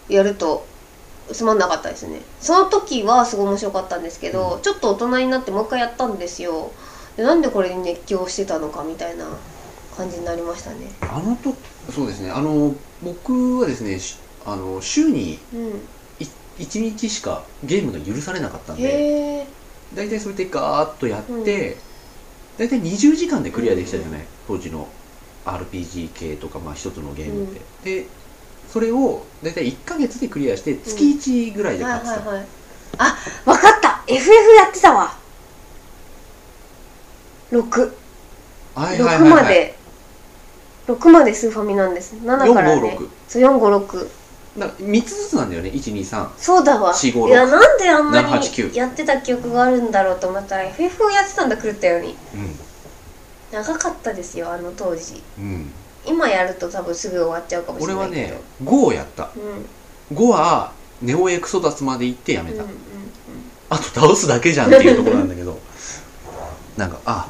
Speaker 2: やるとつまんなかったですねその時はすごい面白かったんですけど、ちょっと大人になってもう一回やったんですよでなんでこれに熱狂してたのかみたいな感じになりましたね
Speaker 1: あのとそうですねあの僕はですねしあの週に
Speaker 2: う
Speaker 1: 1日しかゲームが許されなかったん
Speaker 2: ん
Speaker 1: で
Speaker 2: へえ
Speaker 1: 大体それでガーッとやって、
Speaker 2: うん
Speaker 1: 大体20時間でクリアできたじゃない、当時の RPG 系とか、まあ、一つのゲームって、でそれを大体1ヶ月でクリアして月1ぐらいで
Speaker 2: は
Speaker 1: 勝っ
Speaker 2: い
Speaker 1: てた、
Speaker 2: はいはいあわかった FF やってたわ6
Speaker 1: はいはい
Speaker 2: 6
Speaker 1: はい
Speaker 2: ま
Speaker 1: はい
Speaker 2: で6までスーファミなんです7からね
Speaker 1: 456
Speaker 2: そう456
Speaker 1: だから3つずつなんだよね123
Speaker 2: そうだわ
Speaker 1: 4 5 6
Speaker 2: いやなんであんな
Speaker 1: 789
Speaker 2: にやってた記憶があるんだろうと思ったら FF をやってたんだ狂ったように長かったですよあの当時
Speaker 1: うんうん
Speaker 2: 今やると多分すぐ終わっちゃうかもし
Speaker 1: 俺
Speaker 2: れな
Speaker 1: はい
Speaker 2: け
Speaker 1: ね
Speaker 2: ど
Speaker 1: 5をやった
Speaker 2: 俺はね
Speaker 1: 5はネオエクソダスまで行ってや
Speaker 2: う
Speaker 1: め
Speaker 2: んうん
Speaker 1: た、
Speaker 2: うん
Speaker 1: あと倒すだけじゃんっていうところなんだけどなんかあ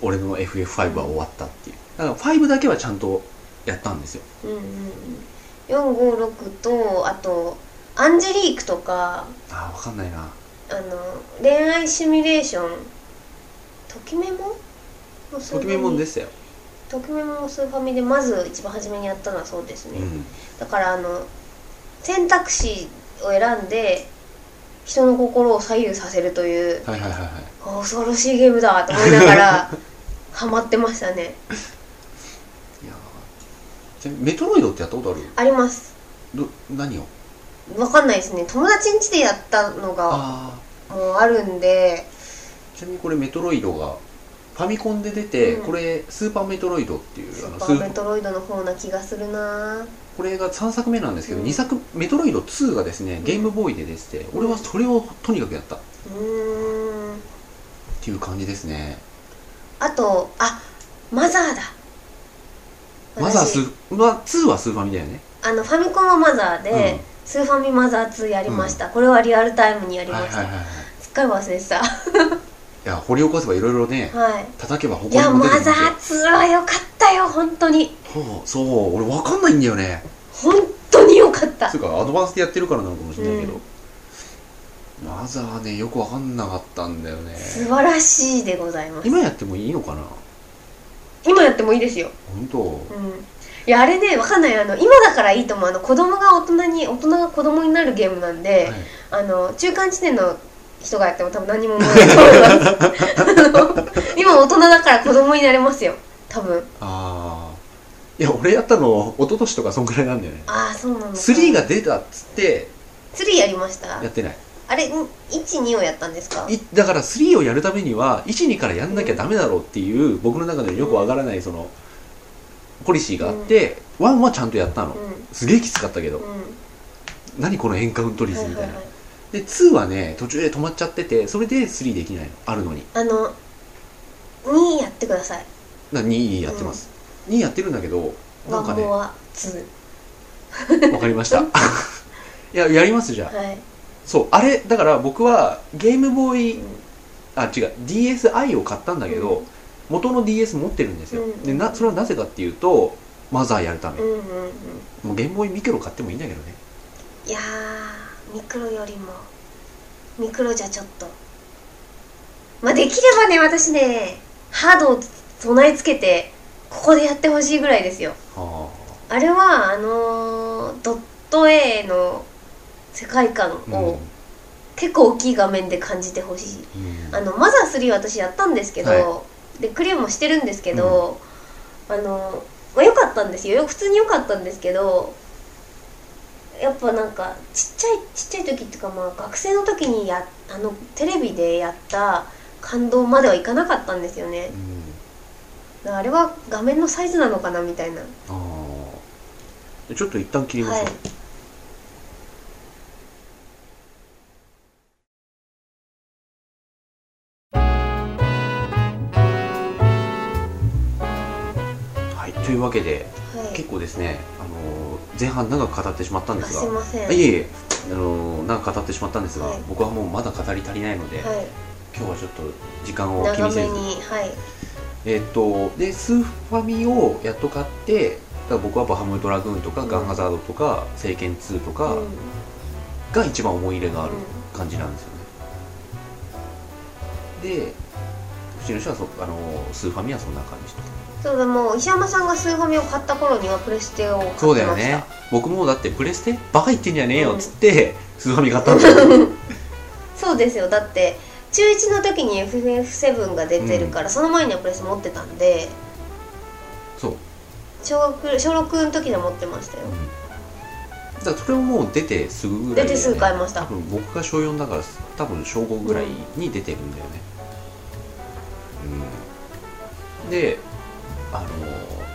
Speaker 1: 俺の FF5 は終わったっていうだから5だけはちゃんとやったんですよ
Speaker 2: うんうんうんうん456とあとアンジェリークとか
Speaker 1: あーわかんないな
Speaker 2: あの恋愛シミュレーションときめももうスー
Speaker 1: とき
Speaker 2: フ
Speaker 1: め
Speaker 2: ァミ
Speaker 1: もんでしたよ、
Speaker 2: ときめももスーファミでまず一番初めにやったのはそうですね、
Speaker 1: うん、
Speaker 2: だからあの選択肢を選んで人の心を左右させるという
Speaker 1: はいはいはいはい
Speaker 2: あ恐ろしいゲームだと思いなが らハマってましたね
Speaker 1: いやーちなみにメトロイドってやったことある
Speaker 2: あります
Speaker 1: ど何を
Speaker 2: わかんないですね友達ん家でやったのが
Speaker 1: あ
Speaker 2: もうあるんで
Speaker 1: あちなみにこれメトロイドがファミコンで出て、
Speaker 2: うん
Speaker 1: これスーパーメトロイドっていう
Speaker 2: ス
Speaker 1: あの
Speaker 2: ー
Speaker 1: ス
Speaker 2: パ
Speaker 1: ー
Speaker 2: ーメトロイドの方な気がするな
Speaker 1: これが3作目なんですけど、
Speaker 2: うん
Speaker 1: 2作メトロイド2がですねゲームボーイで出てて、俺はそれをとにかくやったっ
Speaker 2: うーん
Speaker 1: ていう感じですね
Speaker 2: あとあマザーだ
Speaker 1: マザー
Speaker 2: 私
Speaker 1: スー、まあ、2はスーファミだよね
Speaker 2: あのファミコンはマザーで、
Speaker 1: うん
Speaker 2: スーファミマザー2やりました、これはリアルタイムにやりま
Speaker 1: はい
Speaker 2: し
Speaker 1: はい
Speaker 2: た、
Speaker 1: はいはい
Speaker 2: すっかり忘れてた
Speaker 1: いや掘り起こせばいろいろね
Speaker 2: はい
Speaker 1: 叩けば
Speaker 2: いや
Speaker 1: 埃も出
Speaker 2: マ
Speaker 1: てき
Speaker 2: ザ
Speaker 1: ま
Speaker 2: ー
Speaker 1: すよ
Speaker 2: 2は良かったよ本当に
Speaker 1: そうそう俺わかんないんだよね
Speaker 2: 本当に良かった
Speaker 1: つうかアドバンスでやってるからなのかもしれないけど、マザーねよくわかんなかったんだよね
Speaker 2: 素晴らしいでございます
Speaker 1: 今やってもいいのかな
Speaker 2: 今やってもいいですよ
Speaker 1: 本当
Speaker 2: うんいやあれねわかんないあの今だからいいと思うあの子供が大人に大人が子供になるゲームなんで、
Speaker 1: はい
Speaker 2: あの中間地点の人がやっても多分何も思わない と思いますあの今大人だから子供になれますよ多分
Speaker 1: ああいや俺やったの一昨年とかそんくらいなんだよね
Speaker 2: ああそうなのか
Speaker 1: 3が出たっつって
Speaker 2: 3やりました
Speaker 1: やってない
Speaker 2: あれん12をやったんですか
Speaker 1: いだから3をやるためには12からやんなきゃダメだろうっていう僕の中でよくわからないそのポリシーがあって、ワン1はちゃんとやったの、
Speaker 2: う
Speaker 1: すげえきつかったけど、
Speaker 2: んうん
Speaker 1: 何このエンカウント率
Speaker 2: はい
Speaker 1: み
Speaker 2: は
Speaker 1: た
Speaker 2: い
Speaker 1: いな、
Speaker 2: はい
Speaker 1: で2はね途中で止まっちゃっててそれで3できないのあるのに
Speaker 2: あの2やってください
Speaker 1: な2やってます、2やってるんだけどな
Speaker 2: ワ
Speaker 1: んか
Speaker 2: ン
Speaker 1: ね
Speaker 2: モア2
Speaker 1: わかりました いややりますじゃあ
Speaker 2: はい
Speaker 1: そうあれだから僕はゲームボーイあ違う DSi を買ったんだけど、
Speaker 2: うん
Speaker 1: 元の DS 持ってるんですよ、
Speaker 2: うん
Speaker 1: でなそれはなぜかっていうとマザーやるため、
Speaker 2: うんうんうん
Speaker 1: もうゲームボーイミクロ買ってもいいんだけどね
Speaker 2: いやーミクロよりもミクロじゃちょっとまあできればね私ねハードを備え付けてここでやってほしいぐらいですよ
Speaker 1: あ
Speaker 2: あれはあのードット A の世界観
Speaker 1: あ
Speaker 2: を結構大きい画面で感じてほしい、
Speaker 1: うん
Speaker 2: あのマザー3私やったんですけど、
Speaker 1: は
Speaker 2: でクリアもしてるんですけど、あのまあ良かったんですよよ普通に良かったんですけどやっぱなんかちっちゃいちっちゃい時っていうかまあ学生の時にやあのテレビでやった感動まではいかなかったんですよね
Speaker 1: うん
Speaker 2: だからあれは画面のサイズなのかなみたいなは
Speaker 1: あーでちょっと一旦切りましょう、
Speaker 2: い
Speaker 1: はい、というわけで
Speaker 2: はい
Speaker 1: 結構ですね、あのー前半長く語ってしまったん
Speaker 2: あ
Speaker 1: です
Speaker 2: すい
Speaker 1: が
Speaker 2: ません
Speaker 1: あいえいえ、あのー長く語ってしまったんですが、
Speaker 2: はい
Speaker 1: 僕はもうまだ語り足りないので、
Speaker 2: はい
Speaker 1: 今日はちょっと時間を気
Speaker 2: 長
Speaker 1: にせ
Speaker 2: め
Speaker 1: ず
Speaker 2: にはい
Speaker 1: えっとでスーファミをやっと買ってだから僕は「バハムドラグーン」とか「ガンハザード」とか「聖剣2」とか
Speaker 2: うん
Speaker 1: が一番思い入れがある
Speaker 2: うん
Speaker 1: 感じなんですよね、でうちの人はそあのスーファミはそんな感じ
Speaker 2: そうでも石山さんがスーファミを買った頃にはプレステを買ってました
Speaker 1: そうだよね僕もだってプレステバカ言ってんじゃねえよっつって、スーファミ買ったんだ よ
Speaker 2: そうですよだって中1の時に FF7 が出てるから、その前にはプレス持ってたんで
Speaker 1: そう
Speaker 2: 小学小6の時には持ってましたよ
Speaker 1: だからそれをもう出てすぐぐらいだよね、
Speaker 2: 出てすぐ買いました
Speaker 1: 多分僕が小4だから多分小5ぐらいに出てるんだよねうん、であの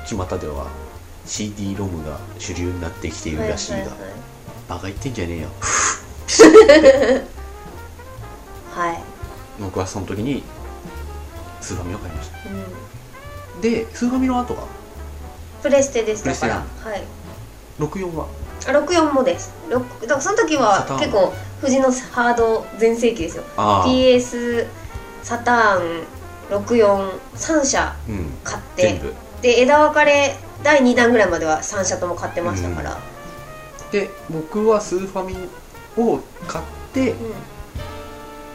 Speaker 1: 巷では CD ロムが主流になってきているらしいが、
Speaker 2: はいはい
Speaker 1: バカ言ってんじゃねえよ
Speaker 2: はい、はい
Speaker 1: 僕はその時にスーファミを買いました
Speaker 2: うん、
Speaker 1: でスーファミの後は
Speaker 2: プレステでしたから
Speaker 1: プ
Speaker 2: はい
Speaker 1: 64は
Speaker 2: あ64もですろくだからその時は
Speaker 1: サターン
Speaker 2: 結構藤のハード全盛期ですよ
Speaker 1: あ
Speaker 2: PS サターン643社
Speaker 1: うん
Speaker 2: 買って
Speaker 1: 全部
Speaker 2: で枝分かれ第2弾ぐらいまでは3社とも買ってましたから、
Speaker 1: で僕はスーファミを買って
Speaker 2: うん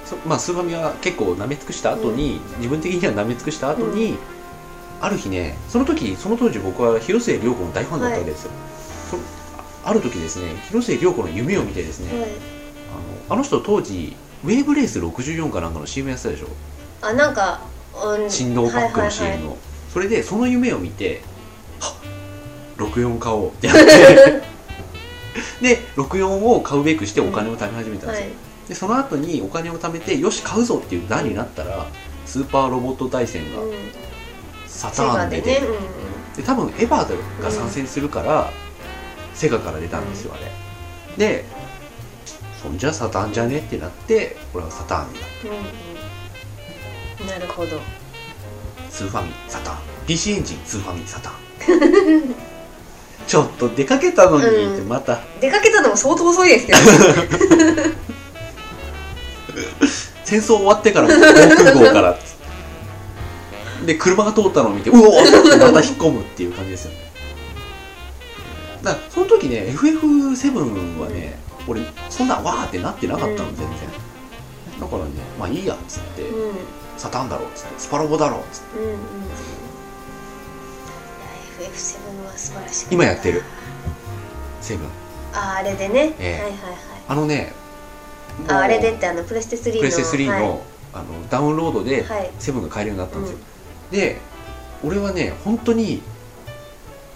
Speaker 1: そまあ、スーファミは結構舐め尽くした後に、自分的には舐め尽くした後に、ある日ねその時その当時僕は広末涼子の大ファンだったわけですよ、そあある時ですね広末涼子の夢を見てですね、
Speaker 2: はい
Speaker 1: あのあの人当時ウェーブレース64かなんかの CM やってたでしょ
Speaker 2: あなんか、うん、
Speaker 1: 振動パックの CM の、
Speaker 2: はいはいはい
Speaker 1: それでその夢を見てはっ64買おうってやって で64を買うべくしてお金を貯め始めたんですよ、
Speaker 2: はい
Speaker 1: でその後にお金を貯めてよし買うぞっていう段になったらスーパーロボット大戦が
Speaker 2: うん、
Speaker 1: サタ
Speaker 2: セ
Speaker 1: ー
Speaker 2: ガ
Speaker 1: ン
Speaker 2: で
Speaker 1: で
Speaker 2: ね
Speaker 1: 出、
Speaker 2: う
Speaker 1: る
Speaker 2: んうん、
Speaker 1: で多分エヴァが参戦するから、セガから出たんですよあれでそんじゃサターンじゃねってなってこれはサターンになっ
Speaker 2: うんうん、なるほど
Speaker 1: たスーファミサターン PC エンジンスーファミサターン ちょっと出かけたのにって
Speaker 2: うん
Speaker 1: また、
Speaker 2: 出かけたのも相当遅いですけど
Speaker 1: 戦争終わってから防空壕 からっつってで車が通ったのを見てうおー ってまた引っ込むっていう感じですよねだからその時ね FF7 はね俺そんなわーってなってなかったの
Speaker 2: う
Speaker 1: 全
Speaker 2: ん
Speaker 1: 然だからねまあいいやっつって
Speaker 2: うんうんうん
Speaker 1: サタンだろっつってスパロボだろっつって
Speaker 2: いや FF7 は素晴らしい
Speaker 1: 今やってる7
Speaker 2: ああれでね、
Speaker 1: ええ
Speaker 2: はいはいはい
Speaker 1: あのねもう
Speaker 2: ああれでってあのプレステ3の
Speaker 1: プレステ3の,、
Speaker 2: は
Speaker 1: あのダウンロードで
Speaker 2: い、はい
Speaker 1: 7が買えるようになったんですよ、で俺はね本当に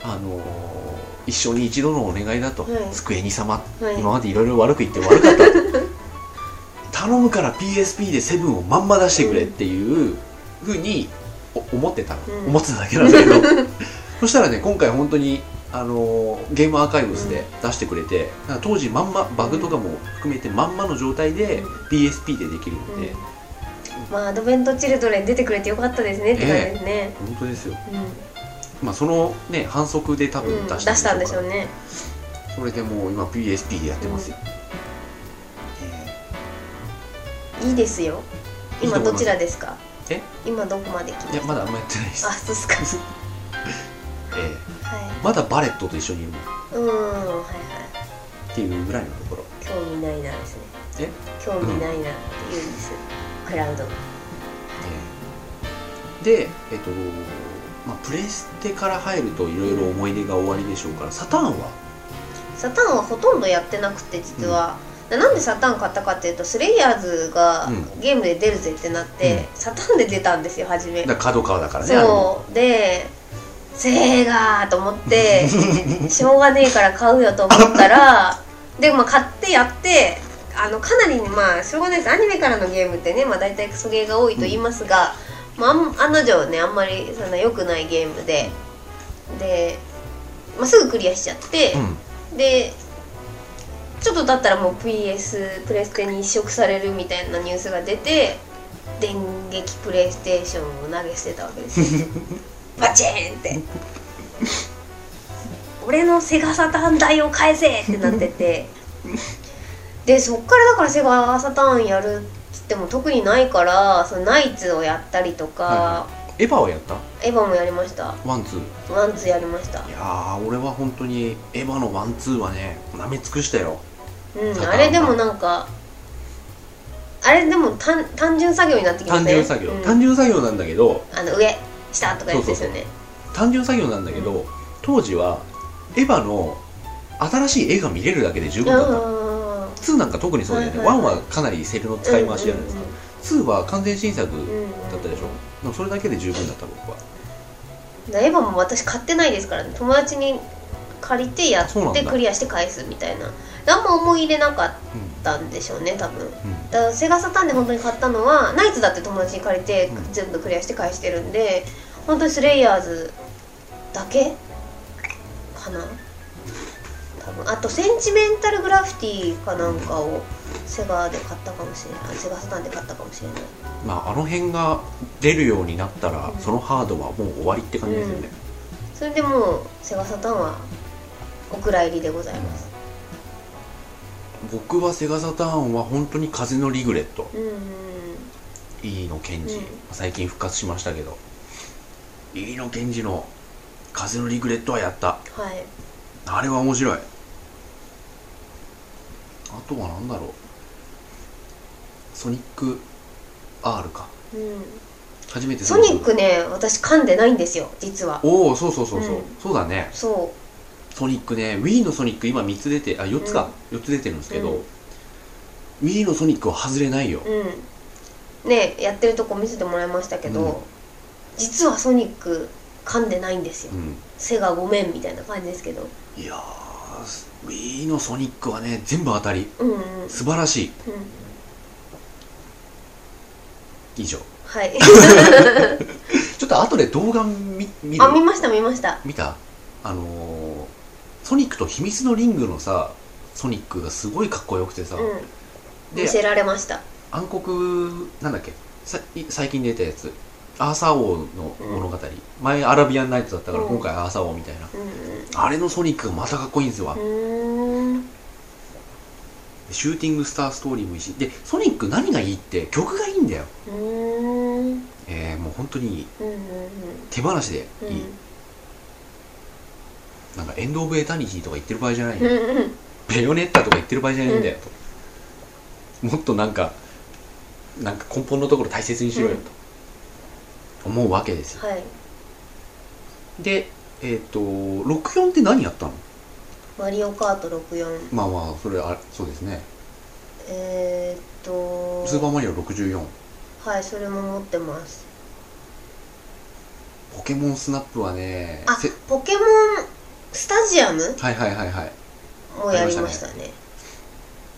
Speaker 1: あのー一生に一度のお願いだと、
Speaker 2: はい
Speaker 1: 机に様、
Speaker 2: はい
Speaker 1: 今までいろいろ悪く言って悪かったと 頼むから PSP で7をまんま出してくれっていうふうにお思ってたの、
Speaker 2: うん
Speaker 1: 思ってただけなんだけど そしたらね今回本当にあのーゲームアーカイブスで出してくれて、だから当時まんまバグとかも含めてまんまの状態で
Speaker 2: うん
Speaker 1: PSP でできるの
Speaker 2: うん
Speaker 1: で、
Speaker 2: まあアドベントチルドレン出てくれてよかったですねって感じですね、
Speaker 1: 本当ですよ
Speaker 2: うん
Speaker 1: まあ、そのね反則で多
Speaker 2: う
Speaker 1: 分
Speaker 2: ん、
Speaker 1: 出
Speaker 2: 出
Speaker 1: した
Speaker 2: したんでしょう
Speaker 1: ね
Speaker 2: ね
Speaker 1: それでもう今 PSP でやってますよ、え
Speaker 2: いいですよ今
Speaker 1: いいと思います
Speaker 2: どちらですか
Speaker 1: え
Speaker 2: 今どこまで来ま
Speaker 1: ーい
Speaker 2: し
Speaker 1: やまだあんまやってないです
Speaker 2: たあ、そうっすか
Speaker 1: え
Speaker 2: は
Speaker 1: ーまだバレットと一緒にいるの
Speaker 2: いうんはいはい
Speaker 1: っていうぐらいのところ
Speaker 2: 興味ないなですね
Speaker 1: え
Speaker 2: 興味ないなって言うんです、クラウド
Speaker 1: えーで、えっとまあ、プレステから入るといろいろ思い出が終わりでしょうからサターンは
Speaker 2: サターンはほとんどやってなくて実は、なんでサターン買ったかっていうとスレイヤーズが
Speaker 1: うん
Speaker 2: ゲームで出るぜってなって、サターンで出たんですよ初め
Speaker 1: だから角川だからねあれも
Speaker 2: そうでセーガーと思って しょうがねえから買うよと思ったらで、まあ、買ってやってあのかなりまあしょうがないですアニメからのゲームってね、まあ、大体クソゲーが多いと言いますが、まああん、案の定ねあんまりそんな良くないゲームでで、まあ、すぐクリアしちゃって、
Speaker 1: うん
Speaker 2: でちょっとだったらもう PS プレステに移植されるみたいなニュースが出て電撃プレイステーションを投げ捨てたわけですよ バチーンって俺のセガサターン代を返せってなっててでそっからだからセガサターンやるっつっても特にないからそのナイツをやったりとか、
Speaker 1: エヴァはやった
Speaker 2: エヴァもやりました
Speaker 1: ワンツー
Speaker 2: ワンツーやりました
Speaker 1: いやー俺は本当にエヴァのワンツーはね舐め尽くしたよ
Speaker 2: うん、
Speaker 1: パターン
Speaker 2: あれでもなんかあれでも単単純作業になってきま
Speaker 1: 単
Speaker 2: せん
Speaker 1: 純作業、
Speaker 2: うん
Speaker 1: 単純作業なんだけど
Speaker 2: あの上下とかやつですよね
Speaker 1: 単純作業なんだけど当時はエヴァの新しい絵が見れるだけで十分だったの、
Speaker 2: あ
Speaker 1: 2なんか特にそうだよね、
Speaker 2: はいはいは
Speaker 1: 1
Speaker 2: い
Speaker 1: はかなりセルの使い回しじゃないですか、2は完全新作だ
Speaker 2: うんうんうん
Speaker 1: ったでしょでもそれだけで十分だった僕は
Speaker 2: エヴァも私買ってないですからね友達に借りてや
Speaker 1: そうな
Speaker 2: っ
Speaker 1: んだ
Speaker 2: てクリアして返すみたいなあんま思い入れなかったんでしょうね多分
Speaker 1: うん、うん
Speaker 2: だからセガサターンで本当に買ったのはナイツだって友達に借りて
Speaker 1: うん
Speaker 2: 全部クリアして返してるんで本当にスレイヤーズだけかな多分あとセンチメンタルグラフィティかなんかをセガで買ったかもしれないセガサターンで買ったかもしれない
Speaker 1: まああの辺が出るようになったら、
Speaker 2: うん
Speaker 1: そのハードはもう終わりって感じですよね、
Speaker 2: それでもうセガサターンはお蔵入りでございます
Speaker 1: 僕はセガサターンは本当に風のリグレット
Speaker 2: うんうん
Speaker 1: E のケンジ、
Speaker 2: うん
Speaker 1: 最近復活しましたけど E のケンジの風のリグレットはやった
Speaker 2: はい
Speaker 1: あれは面白いあとは何だろうソニック R か
Speaker 2: うん
Speaker 1: 初めて
Speaker 2: ソニックね私噛んでないんですよ実は
Speaker 1: おおそうそうそうそう、
Speaker 2: うん
Speaker 1: そうだね
Speaker 2: そ
Speaker 1: ソニックね Wii のソニック今3つ出てあ4つか、4つ出てるんですけど、Wii のソニックは外れないよ、
Speaker 2: ううんねやってるとこ見せてもらいましたけど、
Speaker 1: うん
Speaker 2: 実はソニック噛んでないんですよ、
Speaker 1: うん
Speaker 2: セガごめんみたいな感じですけど
Speaker 1: いやー Wii のソニックはね全部当たり
Speaker 2: うんうん、うん、
Speaker 1: 素晴らしい以上
Speaker 2: はい
Speaker 1: ちょっと後で動画見見る
Speaker 2: あ見ました見ました
Speaker 1: 見たあのーソニックと秘密のリングのさソニックがすごいかっこよくてさ、
Speaker 2: うん見せ
Speaker 1: で
Speaker 2: られました
Speaker 1: 暗黒なんだっけさい最近出たやつアーサー王の物語、前アラビアンナイトだったから
Speaker 2: うん
Speaker 1: 今回アーサー王みたいな、
Speaker 2: うん
Speaker 1: あれのソニックがまたかっこいいんですわ、
Speaker 2: うんうーん
Speaker 1: シューティングスターストーリーもいいしでソニック何がいいって曲がいいんだよ
Speaker 2: うーんうん
Speaker 1: えー、もう本当に
Speaker 2: うんうん
Speaker 1: 手放しで
Speaker 2: う
Speaker 1: いい、
Speaker 2: ん
Speaker 1: なんかエンド・オブ・エタニティとか言ってる場合じゃないよ、
Speaker 2: うんうん
Speaker 1: ベヨネッタとか言ってる場合じゃないんだよと、もっとなんかなんか根本のところ大切にしろよと、思うわけですよ
Speaker 2: はい
Speaker 1: でえっ、と64って何やったの
Speaker 2: マリオカート64
Speaker 1: まあまあそれあそうですね
Speaker 2: えー、っと
Speaker 1: スーパーマリオ64
Speaker 2: はいそれも持ってます
Speaker 1: ポケモンスナップはね
Speaker 2: あ
Speaker 1: せ
Speaker 2: ポケモンスタジアム
Speaker 1: はいはいはいはい
Speaker 2: もやりましたね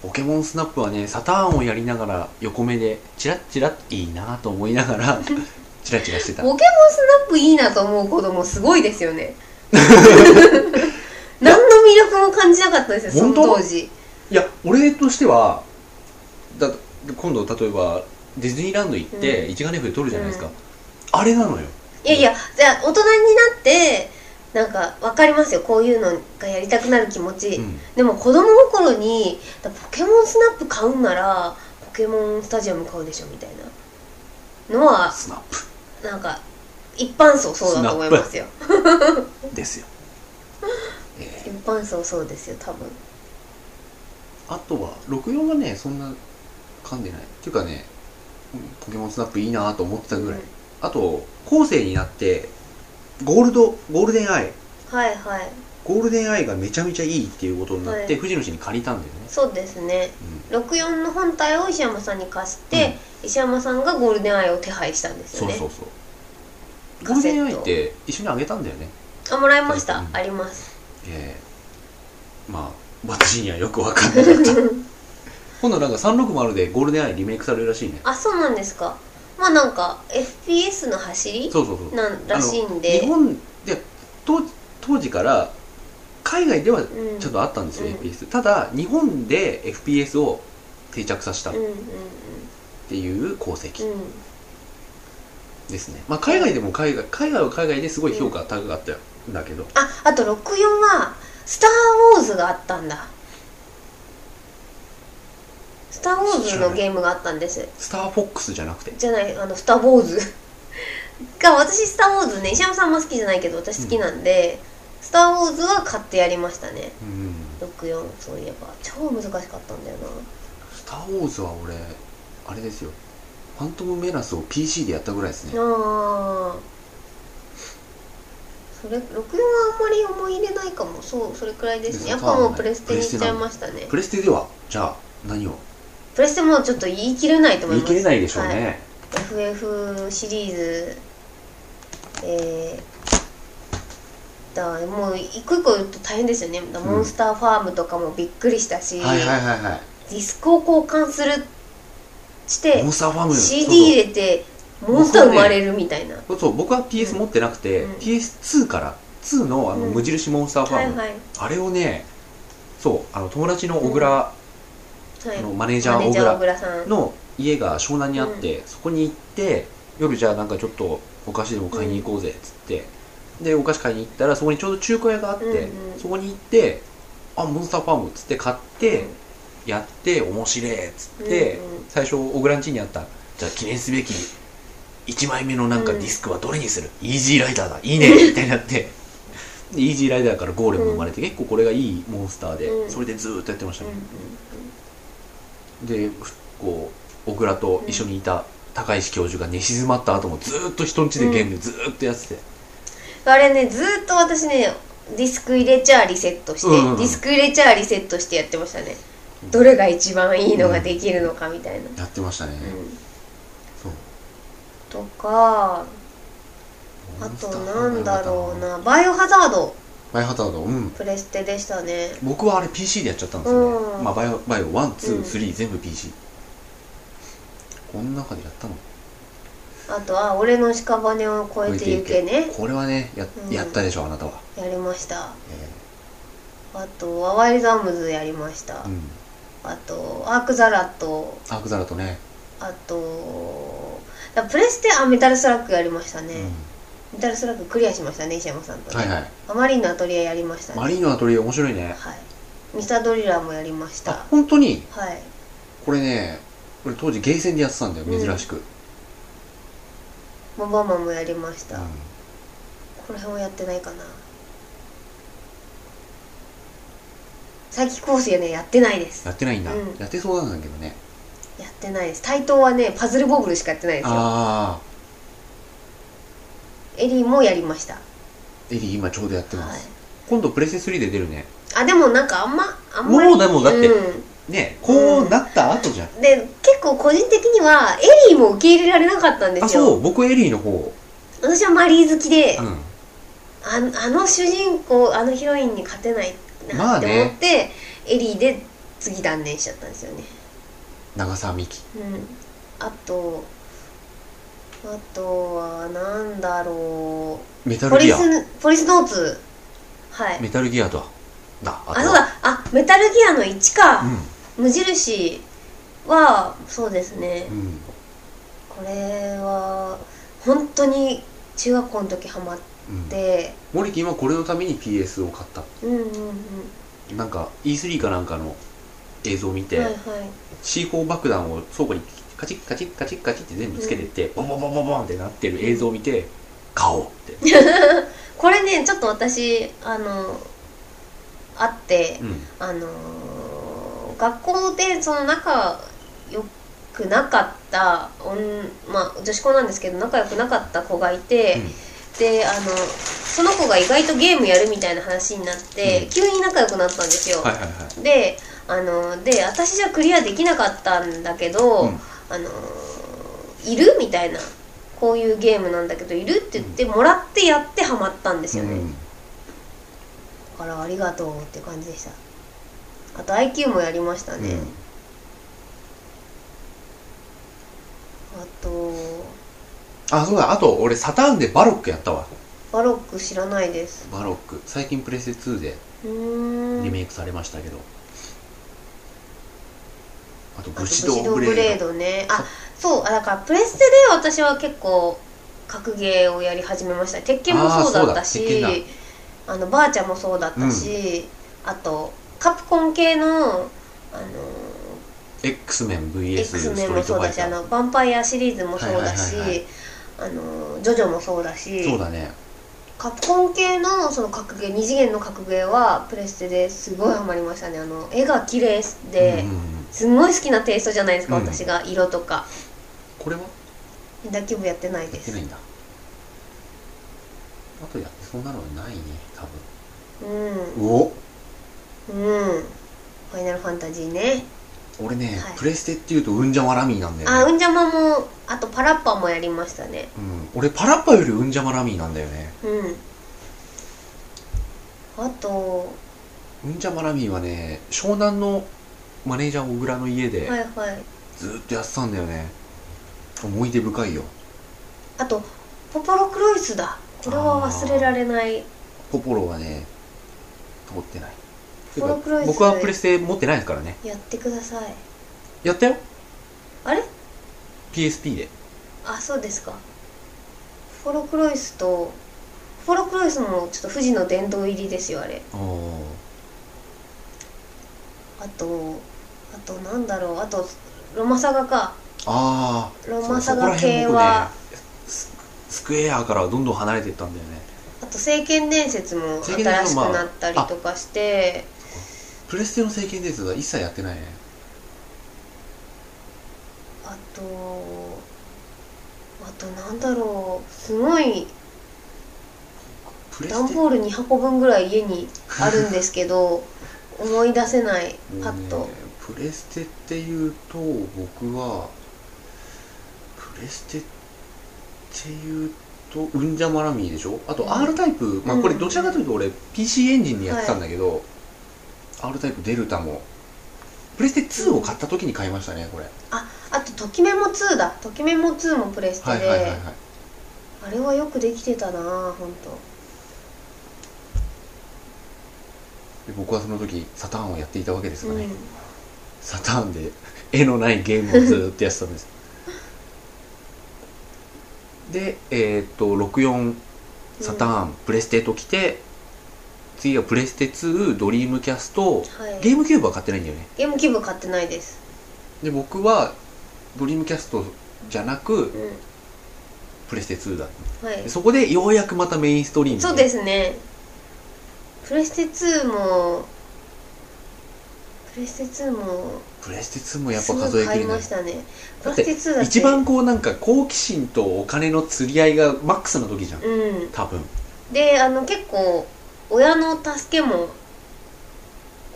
Speaker 1: ポケモンスナップはねサターンをやりながら横目でチラッチラッいいなと思いながらチラチラしてた
Speaker 2: ポケモンスナップいいなと思う子供すごいです よね何の魅力も感じなかったですよその
Speaker 1: 本当
Speaker 2: 当時
Speaker 1: いや俺としてはだ今度例えばディズニーランド行って、
Speaker 2: う
Speaker 1: 一眼レフで撮るじゃないですか、
Speaker 2: うん
Speaker 1: あれなのよ
Speaker 2: いやいやじゃあ大人になってなんか分かりますよこういうのがやりたくなる気持ち、
Speaker 1: うん
Speaker 2: でも子供心に「だポケモンスナップ買うんならポケモンスタジアム買うでしょ」みたいなのは
Speaker 1: スナップ
Speaker 2: なんか一般層そうだと思いますよ
Speaker 1: ですよ、え
Speaker 2: 一般層そうですよ多分
Speaker 1: ーあとは64はねそんな噛んでないっていうかねうんポケモンスナップいいなと思ってたぐらい、
Speaker 2: うん
Speaker 1: あと後世になってゴールドゴールデンアイ
Speaker 2: はいはい
Speaker 1: ゴールデンアイがめちゃめちゃいいっていうことになって、
Speaker 2: はい
Speaker 1: 藤野氏に借りたんだよね、
Speaker 2: そうですね
Speaker 1: うん
Speaker 2: 64の本体を石山さんに貸して、石山さんがゴールデンアイを手配したんです
Speaker 1: そ
Speaker 2: よ
Speaker 1: う
Speaker 2: ね
Speaker 1: そうそうゴー
Speaker 2: カ
Speaker 1: ル
Speaker 2: セッ
Speaker 1: デ
Speaker 2: ト
Speaker 1: ンアイって一緒にあげたんだよね
Speaker 2: あもらいました、
Speaker 1: うん
Speaker 2: あります
Speaker 1: えー、まあ私にはよくわかんなかった 今度なんか360でゴールデンアイリメイクされるらしいね
Speaker 2: あそうなんですかまあなんか FPS の走り
Speaker 1: そうそうそう
Speaker 2: なんらしいん
Speaker 1: 日
Speaker 2: で
Speaker 1: 本で当当時から海外では
Speaker 2: うん
Speaker 1: ちょっとあったんですよ、
Speaker 2: うん
Speaker 1: FPS ただ日本で FPS を定着させたっ
Speaker 2: うんうん
Speaker 1: ていう功績
Speaker 2: うんうん
Speaker 1: ですね、まあ海外でも海外海外は海外ですごい評価高かったんだけど、
Speaker 2: ああと64は「スター・ウォーズ」があったんだ「スター・ウォーズ」のゲームがあったんです
Speaker 1: スターフォックスじゃなくて
Speaker 2: じゃないあの「スター・ウォーズ」 が私「スター・ウォーズね」石山さんも好きじゃないけど私好きなんで「スター・ウォーズ」は買ってやりましたね
Speaker 1: うん
Speaker 2: 64そういえば超難しかったんだよな
Speaker 1: スター・ウォーズは俺あれですよファントム・メラスを PC でやったぐらいですね
Speaker 2: ああそれ64はあんまり思い入れないかもそうそれくらいですねやっぱもうプレステに行っちゃいましたね
Speaker 1: プレステではじゃあ何を
Speaker 2: プレステもちょっと言い切れないと思
Speaker 1: 言
Speaker 2: い
Speaker 1: い
Speaker 2: ます
Speaker 1: 切れないでしょう
Speaker 2: はい
Speaker 1: ね、
Speaker 2: FF シリーズえー、だもう一個一個言うと大変ですよね、だモンスターファームとかもびっくりしたし、
Speaker 1: はい、はいはいはい
Speaker 2: ディスクを交換するして
Speaker 1: モンスターファーム
Speaker 2: CD 入れてモンスター生まれるみたいな、
Speaker 1: そうそうそう僕は PS 持ってなくて、
Speaker 2: うん
Speaker 1: PS2 から2のあの
Speaker 2: うん
Speaker 1: 無印モンスターファ
Speaker 2: は
Speaker 1: ーム、
Speaker 2: いはい
Speaker 1: あれをねそうあの友達の小倉、
Speaker 2: はい
Speaker 1: あのマ
Speaker 2: マ
Speaker 1: ネー
Speaker 2: ネ
Speaker 1: ジャー
Speaker 2: ー
Speaker 1: 小
Speaker 2: ジャー小
Speaker 1: 倉
Speaker 2: 倉さん
Speaker 1: の家が湘南にあって、そこに行って夜じゃあなんかちょっとお菓子でも買いに行こうぜっつって、でお菓子買いに行ったらそこにちょうど中古屋があって、
Speaker 2: うんうん
Speaker 1: そこに行ってあモンスターファームっつって買って、やって面白えっつって、
Speaker 2: うんうん
Speaker 1: 最初小倉ん家にあったじゃあ記念すべき1枚目のなんか
Speaker 2: う
Speaker 1: デ
Speaker 2: ん
Speaker 1: ィスクはどれにする、イージーライダーだいいねみたいにな ってでイージーライダーからゴーレム生まれて、結構これがいいモンスターで、
Speaker 2: うん
Speaker 1: それでずーっとやってました
Speaker 2: うん
Speaker 1: ね
Speaker 2: うん、
Speaker 1: でこう小倉と一緒にいた高石教授が寝静まった後もずーっと人ん家でゲームずーっとやってて、
Speaker 2: あれねずーっと私ねディスク入れちゃあリセットして、
Speaker 1: うんうん
Speaker 2: ディスク入れちゃあリセットしてやってましたね
Speaker 1: うん
Speaker 2: どれが一番いいのができるのかみたいな、
Speaker 1: やってましたね、
Speaker 2: うん
Speaker 1: そう
Speaker 2: とかあとなんだろうなバイオハザード
Speaker 1: バイオハザードうん
Speaker 2: プレステでしたね
Speaker 1: 僕はあれ PC でやっちゃったんですよね、
Speaker 2: うん
Speaker 1: まあ、バイオバイオ
Speaker 2: うん
Speaker 1: 123、全部 PC この中でやったの
Speaker 2: あとは「俺の屍を越えてゆけね
Speaker 1: これはねや,、
Speaker 2: うん
Speaker 1: やったでしょあなたは、」
Speaker 2: やりました
Speaker 1: え
Speaker 2: あとは「ワイルドアームズ」やりました、
Speaker 1: ーうん、
Speaker 2: あと「アークザラット
Speaker 1: アークザラとね、
Speaker 2: あとだプレステあメタルスラックやりましたね、
Speaker 1: う
Speaker 2: メタルスラッククリアしましたね石山さんと
Speaker 1: ん、
Speaker 2: ね、
Speaker 1: はいはい
Speaker 2: あまりのアトリエやりましたね
Speaker 1: マリーノアトリエ面白いね
Speaker 2: はいミスタードリラーもやりました
Speaker 1: あ本当に
Speaker 2: はい
Speaker 1: これね俺当時ゲーセンでやってたんだよ
Speaker 2: うん
Speaker 1: 珍しく、うん
Speaker 2: モンバーマンもやりました、この辺はやってないかな佐伯コースやねやってないです
Speaker 1: やってないんだ、
Speaker 2: うん
Speaker 1: やってそうなんだけどね
Speaker 2: やってないです対等はねパズルボブルしかやってないですよ
Speaker 1: あ
Speaker 2: エリーもやりました
Speaker 1: あエリー今ちょうどやってま
Speaker 2: は
Speaker 1: す、
Speaker 2: い
Speaker 1: 今度プレステ3で出るね
Speaker 2: あでもなんかあんまあんまり
Speaker 1: もうでもだって
Speaker 2: うん
Speaker 1: ねこうなった後じゃん、
Speaker 2: で結構個人的にはエリーも受け入れられなかったんで
Speaker 1: あ
Speaker 2: す
Speaker 1: そ
Speaker 2: よ
Speaker 1: う僕エリーの方う
Speaker 2: 私はマリー好きで、
Speaker 1: ん
Speaker 2: ああの主人公あのヒロインに勝てない
Speaker 1: ま
Speaker 2: な
Speaker 1: あ
Speaker 2: って
Speaker 1: ね
Speaker 2: 思って、エリーで次断念しちゃったんですよね
Speaker 1: 長澤美希
Speaker 2: うんあとあとはなんだろ
Speaker 1: メタ
Speaker 2: うポ
Speaker 1: ル
Speaker 2: リ
Speaker 1: ギア
Speaker 2: スポリスノーツはい
Speaker 1: メタルギアとはだあ
Speaker 2: あそうだあメタルギアの1か、
Speaker 1: う
Speaker 2: 無印はそうですね、
Speaker 1: んうん
Speaker 2: これは本当に中学校の時ハマっ
Speaker 1: うん、
Speaker 2: て
Speaker 1: モリキンはこれのために PS を買った
Speaker 2: うんうんうん
Speaker 1: なんか E3 かなんかの映像を見て、
Speaker 2: はいはい
Speaker 1: C4 爆弾を倉庫にカチッカチッカチッカチッって全部つけてって、ボンボンボンボンボンってなってる映像を見て買おうって、
Speaker 2: これねちょっと私あのあって
Speaker 1: うん、
Speaker 2: あの学校でその仲良くなかった女,、まあ、女子校なんですけど仲良くなかった子がいて、
Speaker 1: うん
Speaker 2: であのその子が意外とゲームやるみたいな話になって、
Speaker 1: うん
Speaker 2: 急に仲良くなったんですよ。
Speaker 1: はいはいはい
Speaker 2: であので私じゃクリアできなかったんだけど、
Speaker 1: うん
Speaker 2: あのいるみたいなこういうゲームなんだけどいるって言ってもらってやってハマったんですよね、
Speaker 1: うん
Speaker 2: だからありがとうって感じでしたあと IQ もやりましたね、あと
Speaker 1: あそうだあと俺サターンでバロックやったわ
Speaker 2: バロック知らないです
Speaker 1: バロック最近プレステ2で
Speaker 2: うーん
Speaker 1: リメイクされましたけど、あと
Speaker 2: あと
Speaker 1: 武
Speaker 2: 武
Speaker 1: 士
Speaker 2: 士
Speaker 1: 道ブ
Speaker 2: 道ブ
Speaker 1: レ
Speaker 2: レ
Speaker 1: ー
Speaker 2: ー
Speaker 1: ド
Speaker 2: ドねあそうあだからプレステで私は結構格ゲーをやり始めました鉄拳もそうだった
Speaker 1: あーそう
Speaker 2: し
Speaker 1: だ鉄
Speaker 2: あのバーチャもそうだったし、あとカプコン系のあの
Speaker 1: X メン VS ス
Speaker 2: X メ
Speaker 1: ト
Speaker 2: ン
Speaker 1: リ
Speaker 2: も
Speaker 1: ート
Speaker 2: そう
Speaker 1: ファ
Speaker 2: だ
Speaker 1: イ
Speaker 2: し
Speaker 1: タ
Speaker 2: あ
Speaker 1: ー
Speaker 2: のヴァンパイアシリーズもそうだし、
Speaker 1: はいはいはい
Speaker 2: あのジョジョもそうだし
Speaker 1: そうだね
Speaker 2: カプコン系のその格ゲー二次元の格ゲーはプレステですごいハマりましたねあの絵が綺麗で、
Speaker 1: うんうんうん
Speaker 2: すごい好きなテイストじゃないですか、
Speaker 1: うん
Speaker 2: 私が色とか
Speaker 1: これは
Speaker 2: 野球部やってないで
Speaker 1: やって
Speaker 2: す
Speaker 1: ないんだあとやってそんなのはないね多
Speaker 2: うん
Speaker 1: 分お
Speaker 2: うんファイナルファンタジーね
Speaker 1: 俺ね、
Speaker 2: はい
Speaker 1: プレステっていうとうんじゃまラミーなんだよね
Speaker 2: あうんじゃまもあとパラッパもやりましたね
Speaker 1: うん、俺パラッパよりうんじゃまラミーなんだよね
Speaker 2: うんあと
Speaker 1: うんじゃまラミーはね湘南のマネージャー小倉の家で
Speaker 2: はいはい
Speaker 1: ずーっとやってたんだよね、思い出深いよ
Speaker 2: あとポポロクロイスだこれは忘れられない
Speaker 1: ポポロはね通ってない
Speaker 2: ポポロクロイス
Speaker 1: 僕はプレステ持ってないですからね
Speaker 2: やってください
Speaker 1: やったよ
Speaker 2: あれ
Speaker 1: PSP で
Speaker 2: あそうですかフォロクロイスとフォロクロイスもちょっと富士の殿堂入りですよあれ
Speaker 1: おお
Speaker 2: あとあとなんだろうあとロマサガか
Speaker 1: ああ
Speaker 2: ロマサガ系は、
Speaker 1: ススクエアからどんどん離れていったんだよね
Speaker 2: あと「聖剣伝説」も
Speaker 1: 聖剣
Speaker 2: 新しく
Speaker 1: 伝説もまあ
Speaker 2: なったりとかして、
Speaker 1: プレステの聖剣伝説は一切やってないね
Speaker 2: あ、とあとなんだろうすごい
Speaker 1: プレス
Speaker 2: 段
Speaker 1: テ
Speaker 2: ボール2箱分ぐらい家にあるんですけ ど思い出せないパッ
Speaker 1: もう
Speaker 2: と
Speaker 1: ね、プレステっていうと僕はプレステっていうとうんじゃまラミーでしょあと
Speaker 2: うん
Speaker 1: R タイプ、まあ
Speaker 2: うん
Speaker 1: これどちらかというと俺 PC エンジンにやってたんだけど、R タイプデルタもプレステ2を買った時に買いましたねこれ、
Speaker 2: あと「ときめも2」だ「ときめも2」もプレステ
Speaker 1: はい
Speaker 2: で、
Speaker 1: はいはいはい
Speaker 2: あれはよくできてたなぁほんと
Speaker 1: で僕はその時サターンをやっていたわけです
Speaker 2: う
Speaker 1: がね、
Speaker 2: ん
Speaker 1: サターンで絵のないゲームをずーっとやってたんですでえーっと64サターン、プレステと来て次はプレステ2ドリームキャスト
Speaker 2: はい
Speaker 1: ゲームキューブは買ってないんだよね
Speaker 2: ゲームキューブ買ってないです
Speaker 1: で僕はドリームキャストじゃなく
Speaker 2: うん
Speaker 1: プレステ2だ
Speaker 2: はい
Speaker 1: でそこでようやくまたメインストリームに
Speaker 2: そうですねプレステ2もプレステ2も
Speaker 1: プレステ2もやっぱ数えき
Speaker 2: 買
Speaker 1: れ
Speaker 2: い
Speaker 1: な
Speaker 2: ま
Speaker 1: い
Speaker 2: したねプ
Speaker 1: だっ
Speaker 2: レ
Speaker 1: て
Speaker 2: ステ2だって
Speaker 1: 一番こうなんか好奇心とお金の釣り合いがマックスな時じゃん
Speaker 2: うん
Speaker 1: 多分
Speaker 2: であの結構親の助けも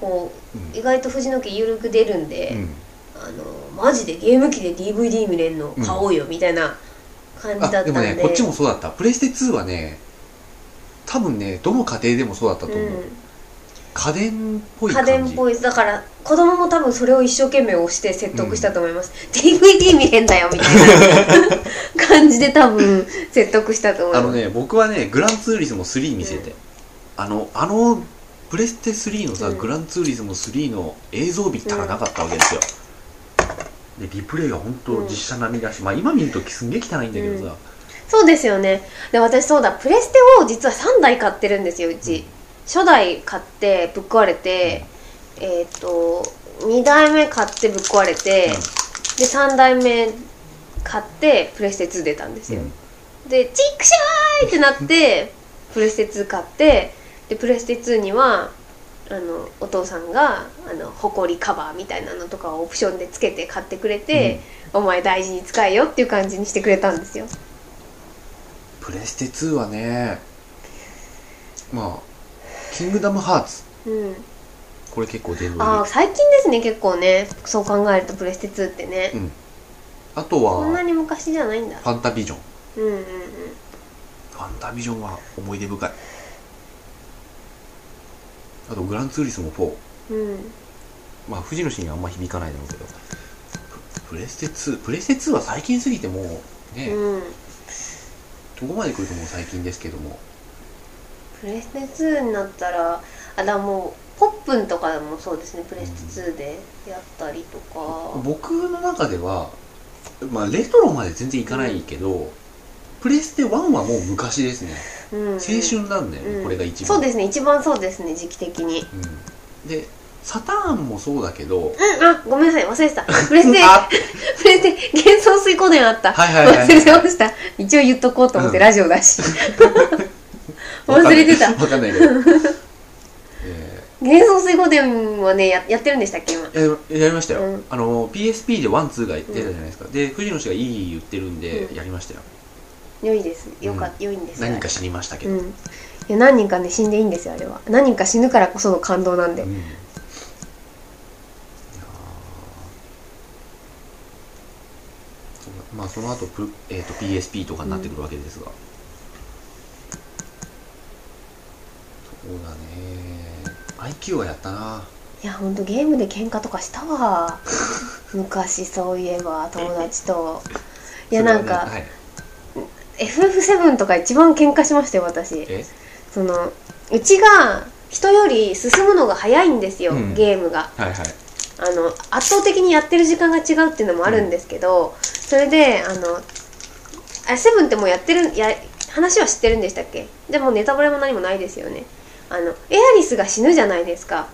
Speaker 2: こ
Speaker 1: う
Speaker 2: う意外と藤野家緩く出るんで、
Speaker 1: ん、うん
Speaker 2: あのマジでゲーム機で DVD 見れんの買おうよみたいな感じだった
Speaker 1: あ
Speaker 2: ん
Speaker 1: で
Speaker 2: で、
Speaker 1: もねこっちもそうだったプレステ2はね多分ねどの家庭でもそうだったと思う、
Speaker 2: うん
Speaker 1: 家電っぽい
Speaker 2: 家
Speaker 1: 感じ
Speaker 2: 電っぽいだから子供も多分それを一生懸命押して説得したと思います、DVD 見れんだよみたいな感じで多分説得したと思いま
Speaker 1: あ
Speaker 2: す
Speaker 1: のね僕はねグランツーリスモ3見せて、
Speaker 2: うん
Speaker 1: あのあのプレステ3のさ、
Speaker 2: うん
Speaker 1: グランツーリスモ3の映像美ったらなかったわけですよ、でリプレイが本当実写並みだし、まあ今見るとすんげえ汚いんだけどさ、
Speaker 2: そうですよねで私そうだプレステを実は3台買ってるんですようち、初代買ってぶっ壊れて、えっ、と2代目買ってぶっ壊れて、で3代目買ってプレステ2出たんですよ、で「チックシャーイ!」ってなってプレステ2買ってでプレステ2にはあのお父さんがあのホコリカバーみたいなのとかをオプションでつけて買ってくれて、お前大事に使えよっていう感じにしてくれたんですよ
Speaker 1: プレステ2はねまあ「キングダムハーツ
Speaker 2: うん」
Speaker 1: これ結構電動
Speaker 2: ああ
Speaker 1: で
Speaker 2: 最近ですね結構ねそう考えるとプレステ2ってね、
Speaker 1: うんあと
Speaker 2: そんな
Speaker 1: は
Speaker 2: に昔じゃないん
Speaker 1: 「
Speaker 2: だ
Speaker 1: ファンタビジョン」
Speaker 2: うんうんうん
Speaker 1: ファンタビジョンは思い出深いあとグランツーリスモ4
Speaker 2: うん
Speaker 1: まあ富士のシーンはあんま響かないだろうけどププレステ2プレステ2は最近すぎてもうね、
Speaker 2: うん
Speaker 1: どこまで来るともう最近ですけども
Speaker 2: プレステ2になったらあだからもうポップンとかもそうですねプレステ2でやったりとか
Speaker 1: 僕の中ではまあレトロまで全然いかないけどプレステ1はもう昔ですね
Speaker 2: うんうん、
Speaker 1: 青春なんだよね、
Speaker 2: うん
Speaker 1: これが一番
Speaker 2: そうですね一番そうですね時期的に
Speaker 1: うんでサターンもそうだけど
Speaker 2: うんあごめんなさい忘れ てたプレステ
Speaker 1: あ
Speaker 2: プレステ幻想水湖伝あった、
Speaker 1: はいはいはい
Speaker 2: 忘れてました一応言っとこうと思って、
Speaker 1: うん
Speaker 2: ラジオだし 忘れてた
Speaker 1: わかんないけど、 え
Speaker 2: 幻想水湖伝はねややってるんでしたっけ今
Speaker 1: ーややりましたよ、
Speaker 2: うん
Speaker 1: あの PSP でワンツーが出たじゃないですか、で藤野氏がいい言ってるんで
Speaker 2: うん
Speaker 1: やりましたよ、
Speaker 2: 良いですよか、
Speaker 1: うん
Speaker 2: 良いんですよ
Speaker 1: 何人か死にましたけ
Speaker 2: う
Speaker 1: ど、
Speaker 2: んいや何人かね死んでいいんですよあれは何人か死ぬからこその感動なんで、
Speaker 1: うんいやーそうだまあその後プ、えー、と PSP とかになってくるわけですが、そうだね IQ はやったない
Speaker 2: やほんとゲームで喧嘩とかした わ昔そういえば友達といや
Speaker 1: それ
Speaker 2: な
Speaker 1: は
Speaker 2: ん
Speaker 1: ね
Speaker 2: か、
Speaker 1: はい、
Speaker 2: FF7 とか一番喧嘩しましたよ私
Speaker 1: え
Speaker 2: そのうちが人より進むのが早いんですよ、
Speaker 1: うん
Speaker 2: ゲームが
Speaker 1: はいはい
Speaker 2: あの圧倒的にやってる時間が違うっていうのもあるんですけど、それであのあセブンってもうやってるや話は知ってるんでしたっけでもネタバレも何もないですよねあのエアリスが死ぬじゃないですか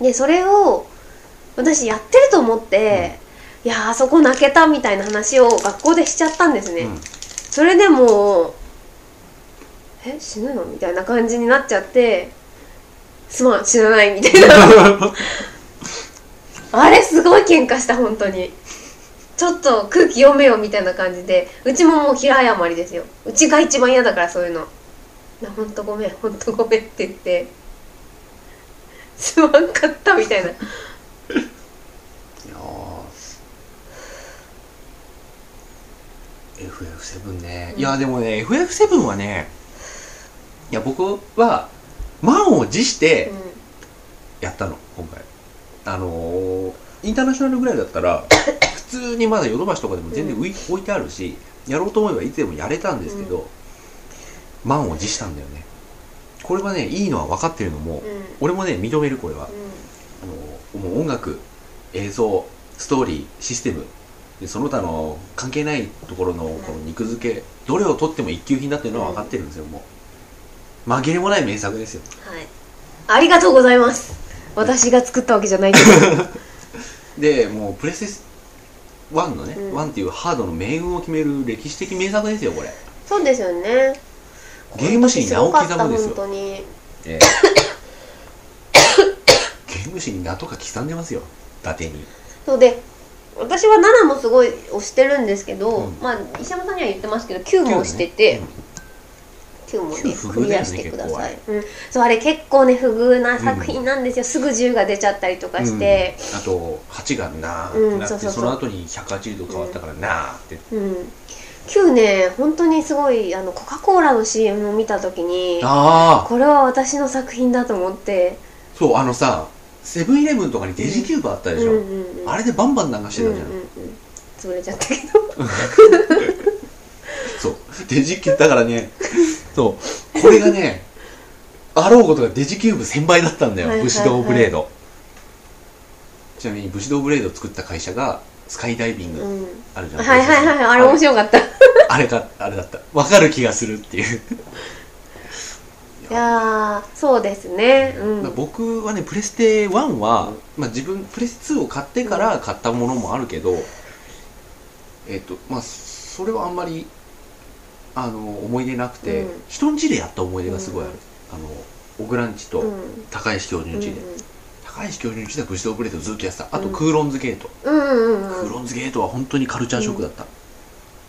Speaker 2: でそれを私やってると思って、いやーあそこ泣けたみたいな話を学校でしちゃったんですね、
Speaker 1: うん
Speaker 2: それでもうえ死ぬのみたいな感じになっちゃってすまん死なないみたいなあれすごい喧嘩した本当にちょっと空気読めよみたいな感じでうちももう平謝りですようちが一番嫌だからそういうのなほんとごめんほんとごめんって言ってすまんかったみたいない
Speaker 1: やー FF7 ね、いやでもね FF7 はねいや僕は満を持してやったの今回あのーインターナショナルぐらいだったら普通にまだヨドバシとかでも全然浮い置いてあるしやろうと思えばいつでもやれたんですけど、満を持したんだよねこれはねいいのは分かってるのも、
Speaker 2: うんうん
Speaker 1: 俺もね認めるこれは
Speaker 2: う
Speaker 1: あ
Speaker 2: ん
Speaker 1: のもう音楽映像ストーリーシステムでその他の関係ないところのこの肉付けどれをとっても一級品だっていうのは分かってるんですよもう紛れもない名作ですよ
Speaker 2: はいありがとうございます私が作ったわけじゃないけど
Speaker 1: でもうプレステ1のね、
Speaker 2: うん
Speaker 1: 1っていうハードの命運を決める歴史的名作ですよこれ、
Speaker 2: そうですよね
Speaker 1: ゲーム史に名を刻むんですよ
Speaker 2: ごかった本当に
Speaker 1: ええゲーム史に名とか刻んでますよ伊達に
Speaker 2: そうで私は7もすごい推してるんですけど、
Speaker 1: うん
Speaker 2: まあ石山さんには言ってますけど9も推してて、9もね
Speaker 1: 9
Speaker 2: クリアしてください、
Speaker 1: 不
Speaker 2: うん、そうあれ結構ね不遇な作品なんですよ、すぐ10が出ちゃったりとかして、
Speaker 1: うんあと8がなあって
Speaker 2: うん
Speaker 1: なって、
Speaker 2: そうそうそう
Speaker 1: その後に180度変わったからなあって、
Speaker 2: うん9ね本当にすごいあのコカ・コーラの CM を見た時に
Speaker 1: ああ
Speaker 2: これは私の作品だと思って
Speaker 1: そうあのさセブンイレブンとかにデジキューバーあったでしょ、
Speaker 2: うんうんうん
Speaker 1: あれでバンバン流して
Speaker 2: うん
Speaker 1: た
Speaker 2: うん
Speaker 1: じゃん、
Speaker 2: うん潰れちゃったけど
Speaker 1: そうデジキューだからねそうこれがねあろうことがデジキューブ1000倍だったんだよ、
Speaker 2: はいはい
Speaker 1: 武
Speaker 2: はい
Speaker 1: 士道ブレードちなみに武士道ブレード作った会社がスカイダイビング
Speaker 2: うん
Speaker 1: あるじゃん、
Speaker 2: はいはいはいあれ面白かった
Speaker 1: ああれかあれだったわかる気がするっていう
Speaker 2: いやーそうですねうん
Speaker 1: まあ僕はねプレステ1は、まあ、自分プレステ2を買ってから買ったものもあるけど、えっとまあそれはあんまりあの思い出なくて、
Speaker 2: うん
Speaker 1: 人ん家でやった思い出がすごいある、
Speaker 2: うん
Speaker 1: あの小倉んち
Speaker 2: う
Speaker 1: と
Speaker 2: ん
Speaker 1: 高石教授の家で、高石教授の家では武士道ブレードずっとやってたあとクーロンズゲート、
Speaker 2: うんうんうん
Speaker 1: ク
Speaker 2: う
Speaker 1: ー
Speaker 2: ん
Speaker 1: ロンズゲートは本当にカルチャーショックだった、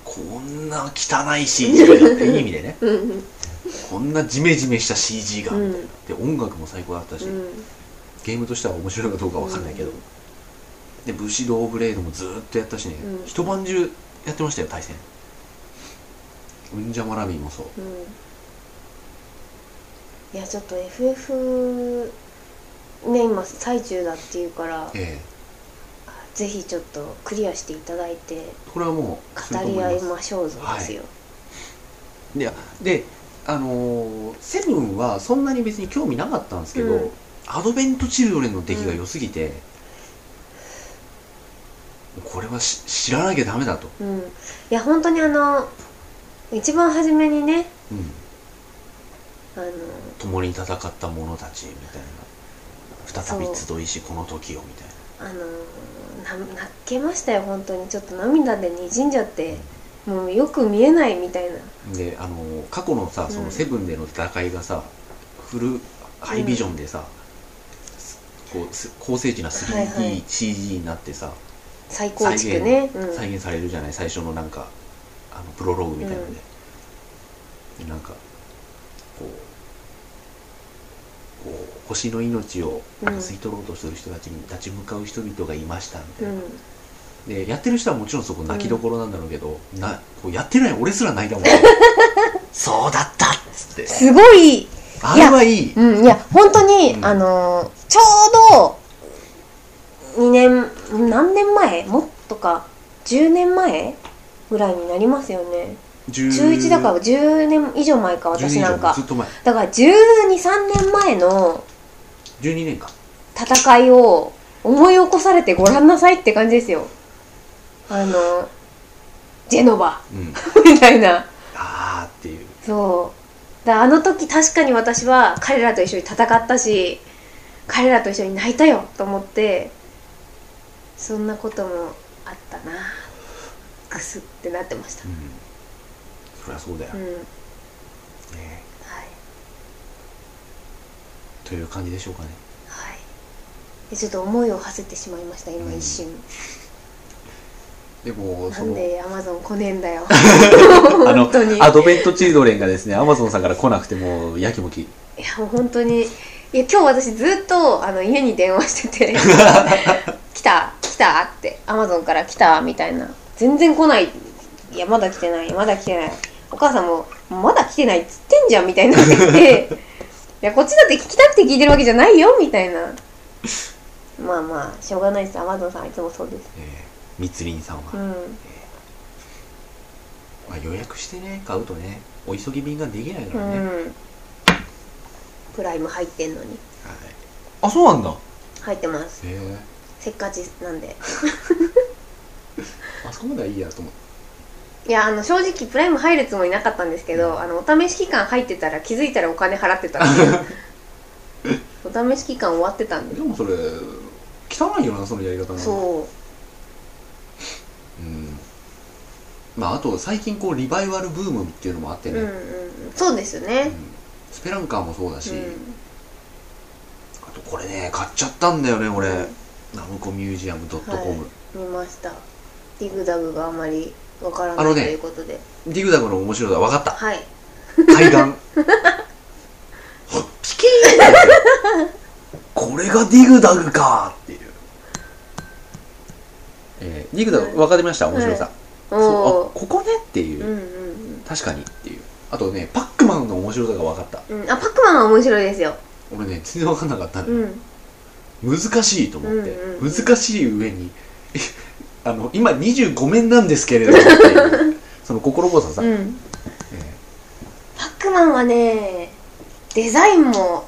Speaker 1: こんな汚い CG がっていい意味でね
Speaker 2: うんうん
Speaker 1: こんなジメジメした CG が、
Speaker 2: うん
Speaker 1: で音楽も最高だったし、
Speaker 2: うん
Speaker 1: ゲームとしては面白いかどうかわかんないけど、
Speaker 2: うん
Speaker 1: で武士道ブレードもずーっとやったしね、
Speaker 2: うん
Speaker 1: 一晩中やってましたよ対戦うんじゃまラビーもそう
Speaker 2: うんいやちょっと FF ね今最中だっていうから
Speaker 1: え
Speaker 2: ぜひちょっとクリアしていただいて
Speaker 1: えこれはもうすると
Speaker 2: 語
Speaker 1: 思
Speaker 2: り合い
Speaker 1: ま
Speaker 2: ましょうぞ
Speaker 1: はい
Speaker 2: ですよ、
Speaker 1: すいやであのーセブンはそんなに別に興味なかったんですけど、
Speaker 2: うん
Speaker 1: アドベント・チルドレンの出来が良すぎて、これはし知らなきゃダメだと、
Speaker 2: うんいや本当にあの一番初めにね
Speaker 1: うん、
Speaker 2: あの
Speaker 1: 共に戦った者たちみたいな再び集いしこの時をみたいな
Speaker 2: あのな泣けましたよ本当にちょっと涙でにじんじゃってもうよく見えないみたいな
Speaker 1: であの過去のさそのセブンでの戦いがさ、フルハイビジョンでさ、こうす高精緻な
Speaker 2: はいはい
Speaker 1: 3DCG になってさ、
Speaker 2: 再構築ねうん
Speaker 1: 再現されるじゃない最初のなんかあのプロローグみたいなので、でなんかこうこう星の命をなんか吸い取ろうとする人たちに立ち向かう人々がいましたみたいな、
Speaker 2: うん
Speaker 1: でやってる人はもちろんそこ泣きどころなんだろうけど、なこうやってない俺すら泣いたもん そうだったっつって
Speaker 2: すごい
Speaker 1: あれはいい
Speaker 2: うん、いや本当に、
Speaker 1: うん
Speaker 2: あのちょうど2年何年前もっとか10年前ぐらいになりますよね
Speaker 1: 中
Speaker 2: 中1だから10年以上前か私なんか
Speaker 1: ずっと前
Speaker 2: だから123年前の
Speaker 1: 12年か
Speaker 2: 戦いを思い起こされてご覧なさいって感じですよあのジェノバ
Speaker 1: うん
Speaker 2: みたいな
Speaker 1: ああっていう
Speaker 2: そうだあの時確かに私は彼らと一緒に戦ったし彼らと一緒に泣いたよと思ってそんなこともあったなグスってなってました
Speaker 1: う、んそりゃそうだよ、
Speaker 2: うん
Speaker 1: ね
Speaker 2: はい、
Speaker 1: という感じでしょうかね
Speaker 2: はい、でちょっと思いを馳せてしまいました今
Speaker 1: うん
Speaker 2: 一瞬、
Speaker 1: でも
Speaker 2: な
Speaker 1: そ
Speaker 2: ん
Speaker 1: の
Speaker 2: でアマゾン来ねえんだよ
Speaker 1: あの
Speaker 2: 本当にい
Speaker 1: アドベントチルドレンがですねアマゾンさんから来なくてもうやきもき
Speaker 2: やもう本当にいや今日私ずっとあの家に電話して て来た来たってアマゾンから来たみたいな全然来ないいやまだ来てないまだ来てないお母さんもまだ来てないっつってんじゃんみたいに なってきていやこっちだって聞きたくて聞いてるわけじゃないよみたいなまあまあしょうがないですアマゾンさんはいつもそうです
Speaker 1: えー密林さんは、
Speaker 2: うん
Speaker 1: まあ、予約してね買うとねお急ぎ便ができないか
Speaker 2: う
Speaker 1: らね、はい
Speaker 2: んプライム入ってんのに
Speaker 1: あそうなんだ
Speaker 2: 入ってます
Speaker 1: へえ
Speaker 2: せっかちなんで
Speaker 1: あそこまではいいやと思って
Speaker 2: いやあの正直プライム入るつもりなかったんですけど、
Speaker 1: うん
Speaker 2: あのお試し期間入ってたら気づいたらお金払ってた お試し期間終わってたんで
Speaker 1: でもそれ汚いよなそのやり方な、
Speaker 2: そう
Speaker 1: ん、まああと最近こうリバイバルブームっていうのもあっ
Speaker 2: う、
Speaker 1: てね、
Speaker 2: うんうんそうです
Speaker 1: う
Speaker 2: ね
Speaker 1: ん、スペランカーもそうだし、
Speaker 2: う
Speaker 1: あとこれね買っちゃったんだよね俺、
Speaker 2: うん
Speaker 1: ナムコミュージアム .com、
Speaker 2: はいん、見ましたディグダグがあまりわから
Speaker 1: あ
Speaker 2: な
Speaker 1: の
Speaker 2: いと
Speaker 1: ね
Speaker 2: いうことで、
Speaker 1: ディグダグの面白さ分か った
Speaker 2: はい
Speaker 1: 海岸ほっピキーンだよこれがディグダグかっていう、えーディグダグ分かりました面白さ、
Speaker 2: お
Speaker 1: そうあ
Speaker 2: お
Speaker 1: ここねっていうう、
Speaker 2: んうん
Speaker 1: 確かにっていうあとねパックマンの面白さが分かった
Speaker 2: うんうんあパックマンは面白いですよ
Speaker 1: 俺ね全然分かんなかったの、
Speaker 2: うん
Speaker 1: 難しいと思って、
Speaker 2: うんうんうん
Speaker 1: 難しい上にあの今25面なんですけれどもっていう その心細さ、
Speaker 2: うん
Speaker 1: え
Speaker 2: パックマンはねデザインも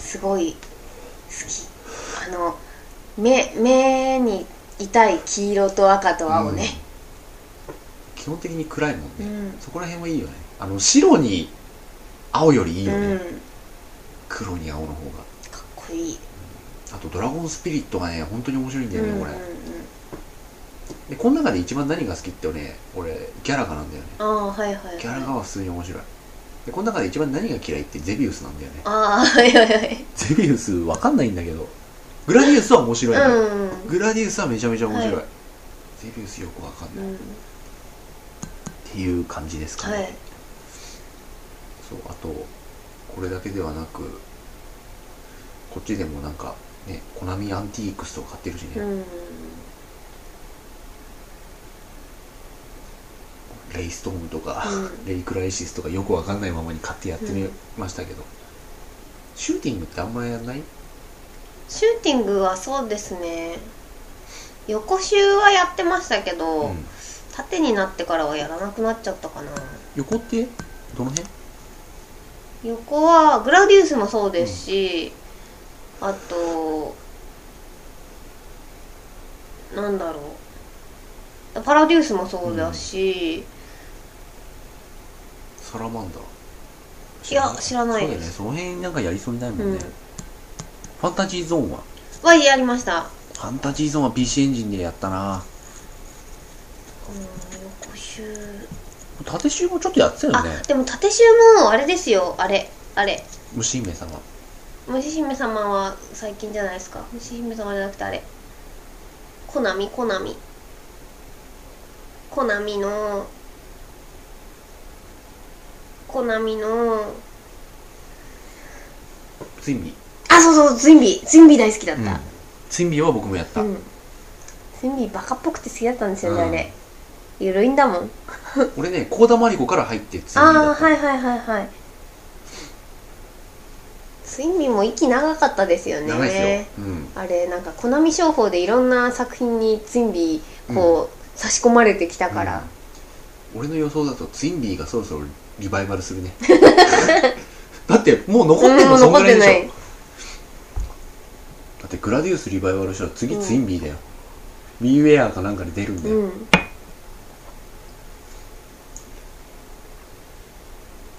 Speaker 2: すごい好きあの目目に痛い黄色と赤と
Speaker 1: ー
Speaker 2: 青ね、
Speaker 1: うん基本的に暗いもん
Speaker 2: う
Speaker 1: ね、
Speaker 2: ん
Speaker 1: そこら辺はいいよねあの白に青よりいいよね、
Speaker 2: うんか
Speaker 1: 黒に青の方が
Speaker 2: っこいい
Speaker 1: あと「ドラゴンスピリット」がね本当に面白いんだよ
Speaker 2: う
Speaker 1: ね、
Speaker 2: んうんう
Speaker 1: こ
Speaker 2: ん
Speaker 1: れでこの中で一番何が好きってね俺ギャラガなんだよね
Speaker 2: ああはいはいはい
Speaker 1: ギャラガは普通に面白いでこの中で一番何が嫌いってゼビウスなんだよね
Speaker 2: ああはいはいはい
Speaker 1: ゼビウスわかんないんだけどグラディウスは面白いのよ、
Speaker 2: うん
Speaker 1: グラディウスはめちゃめちゃ面白い、
Speaker 2: は
Speaker 1: ゼビウスよくわかん
Speaker 2: う
Speaker 1: ないっ
Speaker 2: ん
Speaker 1: ていう感じですかね、
Speaker 2: はい
Speaker 1: そうあとこれだけではなくこっちでもなんかねコナミアンティークスとか買ってるしね、
Speaker 2: うん
Speaker 1: レイストームとか、
Speaker 2: うん
Speaker 1: レイクライシスとかよくわかんないままに買ってやってみましたけど、シューティングってあんまやんない
Speaker 2: シューティングはそうですね横襲はやってましたけど、
Speaker 1: うん
Speaker 2: 縦になってからはやらなくなっちゃったかな
Speaker 1: 横ってどの辺
Speaker 2: 横はグラディウスもそうですし、あとなんだろうパラデュースもそうだし、
Speaker 1: サラマンダー
Speaker 2: いや知らない
Speaker 1: そうだよ
Speaker 2: で
Speaker 1: ね
Speaker 2: す
Speaker 1: その辺なんかやりそうにないもんね、
Speaker 2: うん
Speaker 1: ファンタジーゾーンは
Speaker 2: はやりました、
Speaker 1: ファンタジーゾーンは PC エンジンでやったな
Speaker 2: うん、横襲
Speaker 1: 縦集もちょっとやってたよ
Speaker 2: あ、
Speaker 1: ね
Speaker 2: でも縦集もあれですよあれあれ
Speaker 1: 虫姫様
Speaker 2: 虫姫様は最近じゃないですか虫姫様じゃなくてあれコナミコナミコナミのコナミの
Speaker 1: ツインビー
Speaker 2: あそうそうツインビーツインビー大好きだっ
Speaker 1: うんツインビーは僕もやった
Speaker 2: た、、うんツインビーバカっぽくて好きだったんですよね、あれゆるいんだもん
Speaker 1: 俺ね幸田真理子から入ってツインビーだ
Speaker 2: ああ
Speaker 1: った
Speaker 2: はいはいはいはいツインビーも息長かったですよね
Speaker 1: 長いですよ、うん、
Speaker 2: あれなんかコナミ商法でいろんな作品にツインビーこう、差し込まれてきたから、
Speaker 1: うん俺の予想だとツインビーがそろそろリバイバルする ねだってもう残ってんのそんぐらいでしょだってグラディウスリバイバルしたら次ツインビーだよ、ミーウェアかなんかで出るんだよ、
Speaker 2: うん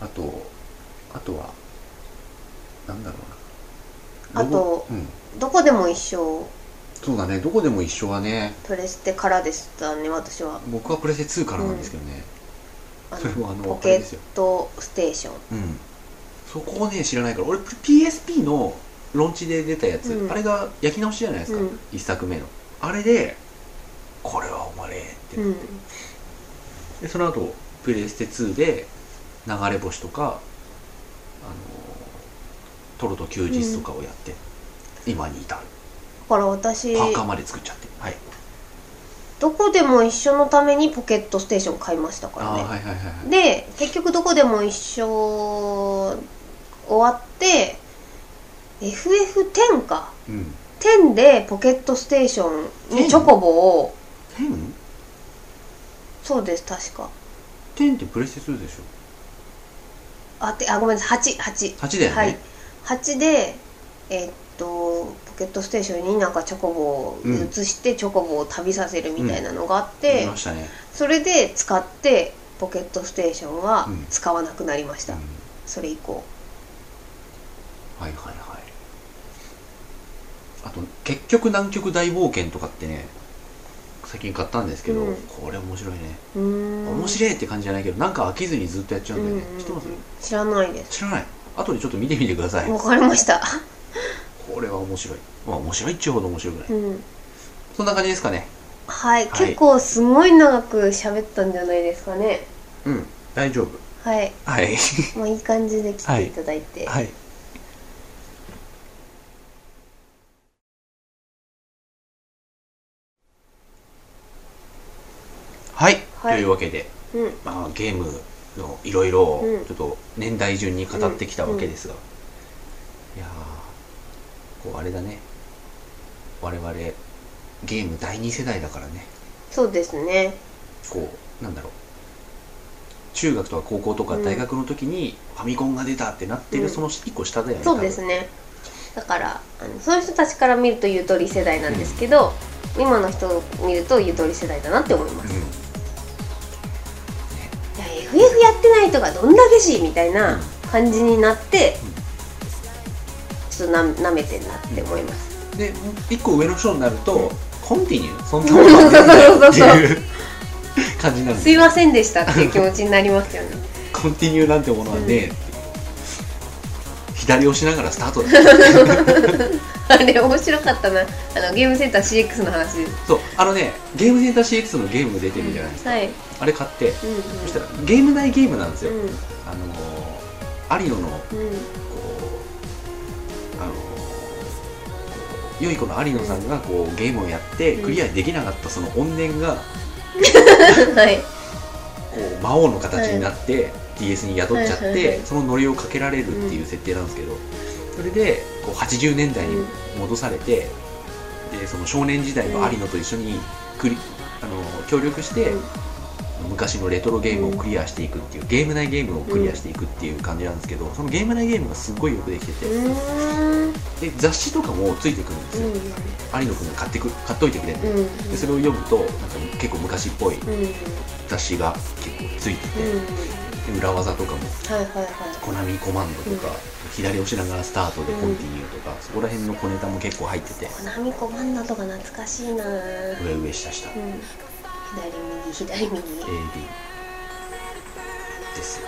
Speaker 1: あとあとはなんだろうな
Speaker 2: あと
Speaker 1: ロボうん
Speaker 2: どこでも一緒
Speaker 1: そうだねどこでも一緒はね
Speaker 2: プレステからでしたね私は
Speaker 1: 僕はプレステ2からなんですけどね、
Speaker 2: あ
Speaker 1: それもあの
Speaker 2: ポ
Speaker 1: あ
Speaker 2: ケ
Speaker 1: れです
Speaker 2: ッ
Speaker 1: よ
Speaker 2: トステーション
Speaker 1: うんそこをね知らないから俺 PSP のローンチで出たやつ、
Speaker 2: うん
Speaker 1: あれが焼き直しじゃないですか、
Speaker 2: うん
Speaker 1: 一作目のあれでこれはおまれって、
Speaker 2: うん
Speaker 1: でその後プレステ2で流れ星とかあのトロと休日とかをやって、今に至る
Speaker 2: だから私
Speaker 1: パーカーまで作っちゃってはい
Speaker 2: どこでも一緒のためにポケットステーション買いましたから
Speaker 1: ああ
Speaker 2: ね
Speaker 1: ーはいはいはいはい
Speaker 2: で結局どこでも一緒終わって FF10 か
Speaker 1: うん
Speaker 2: 10でポケットステーションに
Speaker 1: 10
Speaker 2: チョコボを
Speaker 1: 10?
Speaker 2: そうです確か
Speaker 1: 10ってプレステ2でし
Speaker 2: あてあごめんなさい88
Speaker 1: ょ8だよね、
Speaker 2: はい8でえーっとポケットステーションになんかチョコボを移してチョコボを旅させるみたいなのがあって、
Speaker 1: 見ましたね、
Speaker 2: それで使ってポケットステーションは
Speaker 1: うん
Speaker 2: 使わなくなりまし
Speaker 1: う
Speaker 2: た、
Speaker 1: ん、
Speaker 2: それ以降
Speaker 1: はいはいはいあと結局南極大冒険とかってね最近買ったんですけど、
Speaker 2: うん
Speaker 1: これ面白いね、
Speaker 2: うーん
Speaker 1: 面白いって感じじゃないけどなんか飽きずにずっとやっちゃうんだよね、
Speaker 2: うんうん
Speaker 1: 知ってます
Speaker 2: 知らないです
Speaker 1: 知らない後でちょっと見てみてください
Speaker 2: わかりました、
Speaker 1: これは面白いまあ面白いっちゅうほど面白くない、
Speaker 2: うん
Speaker 1: そんな感じですかね
Speaker 2: はい、
Speaker 1: はい
Speaker 2: 結構すごい長く喋ったんじゃないですかね
Speaker 1: うん大丈夫
Speaker 2: はい
Speaker 1: はい
Speaker 2: もういい感じで来ていただい て、
Speaker 1: はいはい、
Speaker 2: はい
Speaker 1: というわけで、
Speaker 2: うん
Speaker 1: まあ、ゲームのいろいろを
Speaker 2: うん
Speaker 1: ちょっと年代順に語ってきたわけですが、いやーこうあれだね我々ゲーム第二世代だからね
Speaker 2: そうですね
Speaker 1: こうなんだろう中学とか高校とか大学の時にファミコンが出たってなってる、
Speaker 2: うん
Speaker 1: その一個下だよね
Speaker 2: そうですねだからあのそういう人たちから見るとゆとり世代なんですけど、今の人を見るとゆとり世代だなって思いま
Speaker 1: 多
Speaker 2: す、
Speaker 1: 分うん
Speaker 2: やってない人がどんだけしみたいな感じになってちょっとな舐めてんなって思います
Speaker 1: で一個上の人になると、コンティニューそんな
Speaker 2: そう
Speaker 1: こと
Speaker 2: そ
Speaker 1: は
Speaker 2: う
Speaker 1: ない
Speaker 2: そう
Speaker 1: って
Speaker 2: そう
Speaker 1: いう感じになるん
Speaker 2: す
Speaker 1: です
Speaker 2: いませんでしたっていう気持ちになりますよね
Speaker 1: コンティニューなんてものはねえって左押しながらスタートだ
Speaker 2: あれ面白かったなあのゲームセンター CX の話です
Speaker 1: そうあのねゲームセンター CX のゲーム出てるじゃないですか、
Speaker 2: はい
Speaker 1: あれ買って
Speaker 2: うんうん
Speaker 1: そしたらゲーム内ゲームなんですよ、
Speaker 2: うん
Speaker 1: あのー、アリオのこ
Speaker 2: うん
Speaker 1: うあのーこう良い子の有野さんがこうゲームをやってクリアできなかったその怨念がこ
Speaker 2: はい、
Speaker 1: う魔王の形になって DS に宿っちゃっ
Speaker 2: はいはいは
Speaker 1: て
Speaker 2: い
Speaker 1: そのノリをかけられるっていう設定なんですけどそれでこう80年代に戻されてでその少年時代の有野と一緒にクリあのー協力して
Speaker 2: うん
Speaker 1: 昔のレトロゲームをクリアしていくっていうゲーム内ゲームをクリアしていくっていう感じなんですけどそのゲーム内ゲームがすっごいよくできてて
Speaker 2: うーん
Speaker 1: で雑誌とかもついてくるんですよ、有野くんが買ってく買っといてくれて、
Speaker 2: うんうん
Speaker 1: でそれを読むとなんか結構昔っぽい
Speaker 2: うんうん
Speaker 1: 雑誌が結構ついてて、
Speaker 2: うん
Speaker 1: で裏技とかも
Speaker 2: はいはいは
Speaker 1: コナミコマンドとか、左押しながらスタートでコンティニューとか、そこら辺の小ネタも結構入ってて
Speaker 2: いコナミコマンドとか懐かしいなぁ
Speaker 1: 上上下下、
Speaker 2: う
Speaker 1: AB
Speaker 2: ん左右左右はい
Speaker 1: ですよ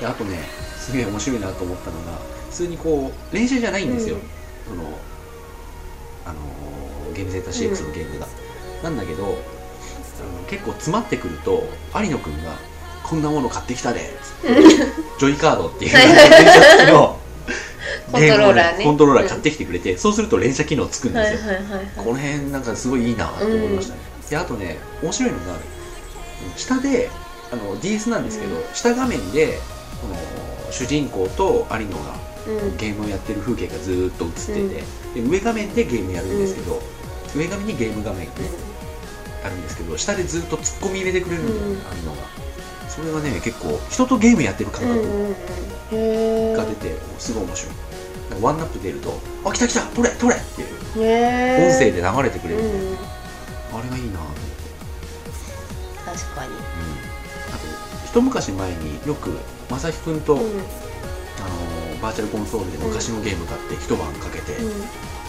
Speaker 1: であとねすげえ面白いなと思ったのが普通にこう練習じゃないんですよ、
Speaker 2: うん
Speaker 1: そのあのーゲームセンター CX のゲームが、なんだけどあの結構詰まってくると有野くんが「こんなもの買ってきた で」つってジョイカードっていう連射機能
Speaker 2: コントローラー
Speaker 1: ゲム
Speaker 2: ね
Speaker 1: のコントローラー買ってきてくれて、そうすると連射機能つくん
Speaker 2: は
Speaker 1: で
Speaker 2: い
Speaker 1: すよ、
Speaker 2: はいはい
Speaker 1: この辺なんかすごいいいなと思いましたね、であとね面白いのが下であの DS なんですけど、
Speaker 2: うん
Speaker 1: 下画面でこの主人公と有野が
Speaker 2: うん
Speaker 1: ゲームをやってる風景がずーっと映ってて、で上画面でゲームやるんですけど、上画面にゲーム画面がねあるんですけど下でずっとツッコミ入れてくれるんだよね、
Speaker 2: う
Speaker 1: 有野がそれがね結構人とゲームやってる感
Speaker 2: うんう
Speaker 1: 覚
Speaker 2: んうんへ
Speaker 1: が出て、すごい面白いなんかワンナップ出ると「あ来た来た取れ取れ!」っていう
Speaker 2: えへ
Speaker 1: 音声
Speaker 2: で
Speaker 1: で流れてくれるんで、
Speaker 2: うん
Speaker 1: あれがいいなぁと思って。
Speaker 2: 確かに
Speaker 1: あと一昔前によくまさひくんと、
Speaker 2: うん
Speaker 1: あのーバーチャルコンソールで昔のゲーム買って一晩かけて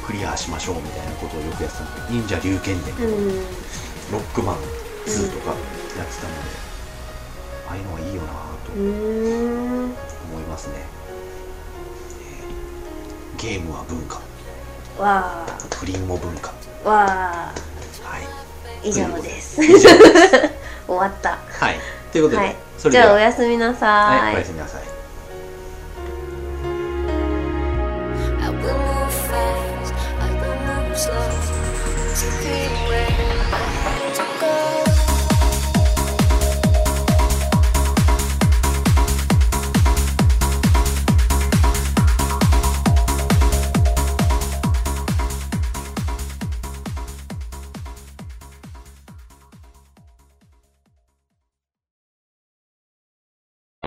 Speaker 1: クリアしましょうみたいなことをよくやってたので忍者龍剣伝、
Speaker 2: うんうん
Speaker 1: ロックマン2とかやってたので、ああいうのはいいよなぁと
Speaker 2: うん
Speaker 1: 思いますね、えーゲームは文化
Speaker 2: わあ
Speaker 1: 不倫も文化
Speaker 2: わ
Speaker 1: は
Speaker 2: あ
Speaker 1: い
Speaker 2: 以上です
Speaker 1: 以上です
Speaker 2: 終わった
Speaker 1: はいということで、
Speaker 2: はい
Speaker 1: それ
Speaker 2: じ
Speaker 1: で
Speaker 2: ゃあお
Speaker 1: は
Speaker 2: やすみなさ
Speaker 1: はいいおやすみなさい
Speaker 3: I will move fast, I will move slow. Take me away.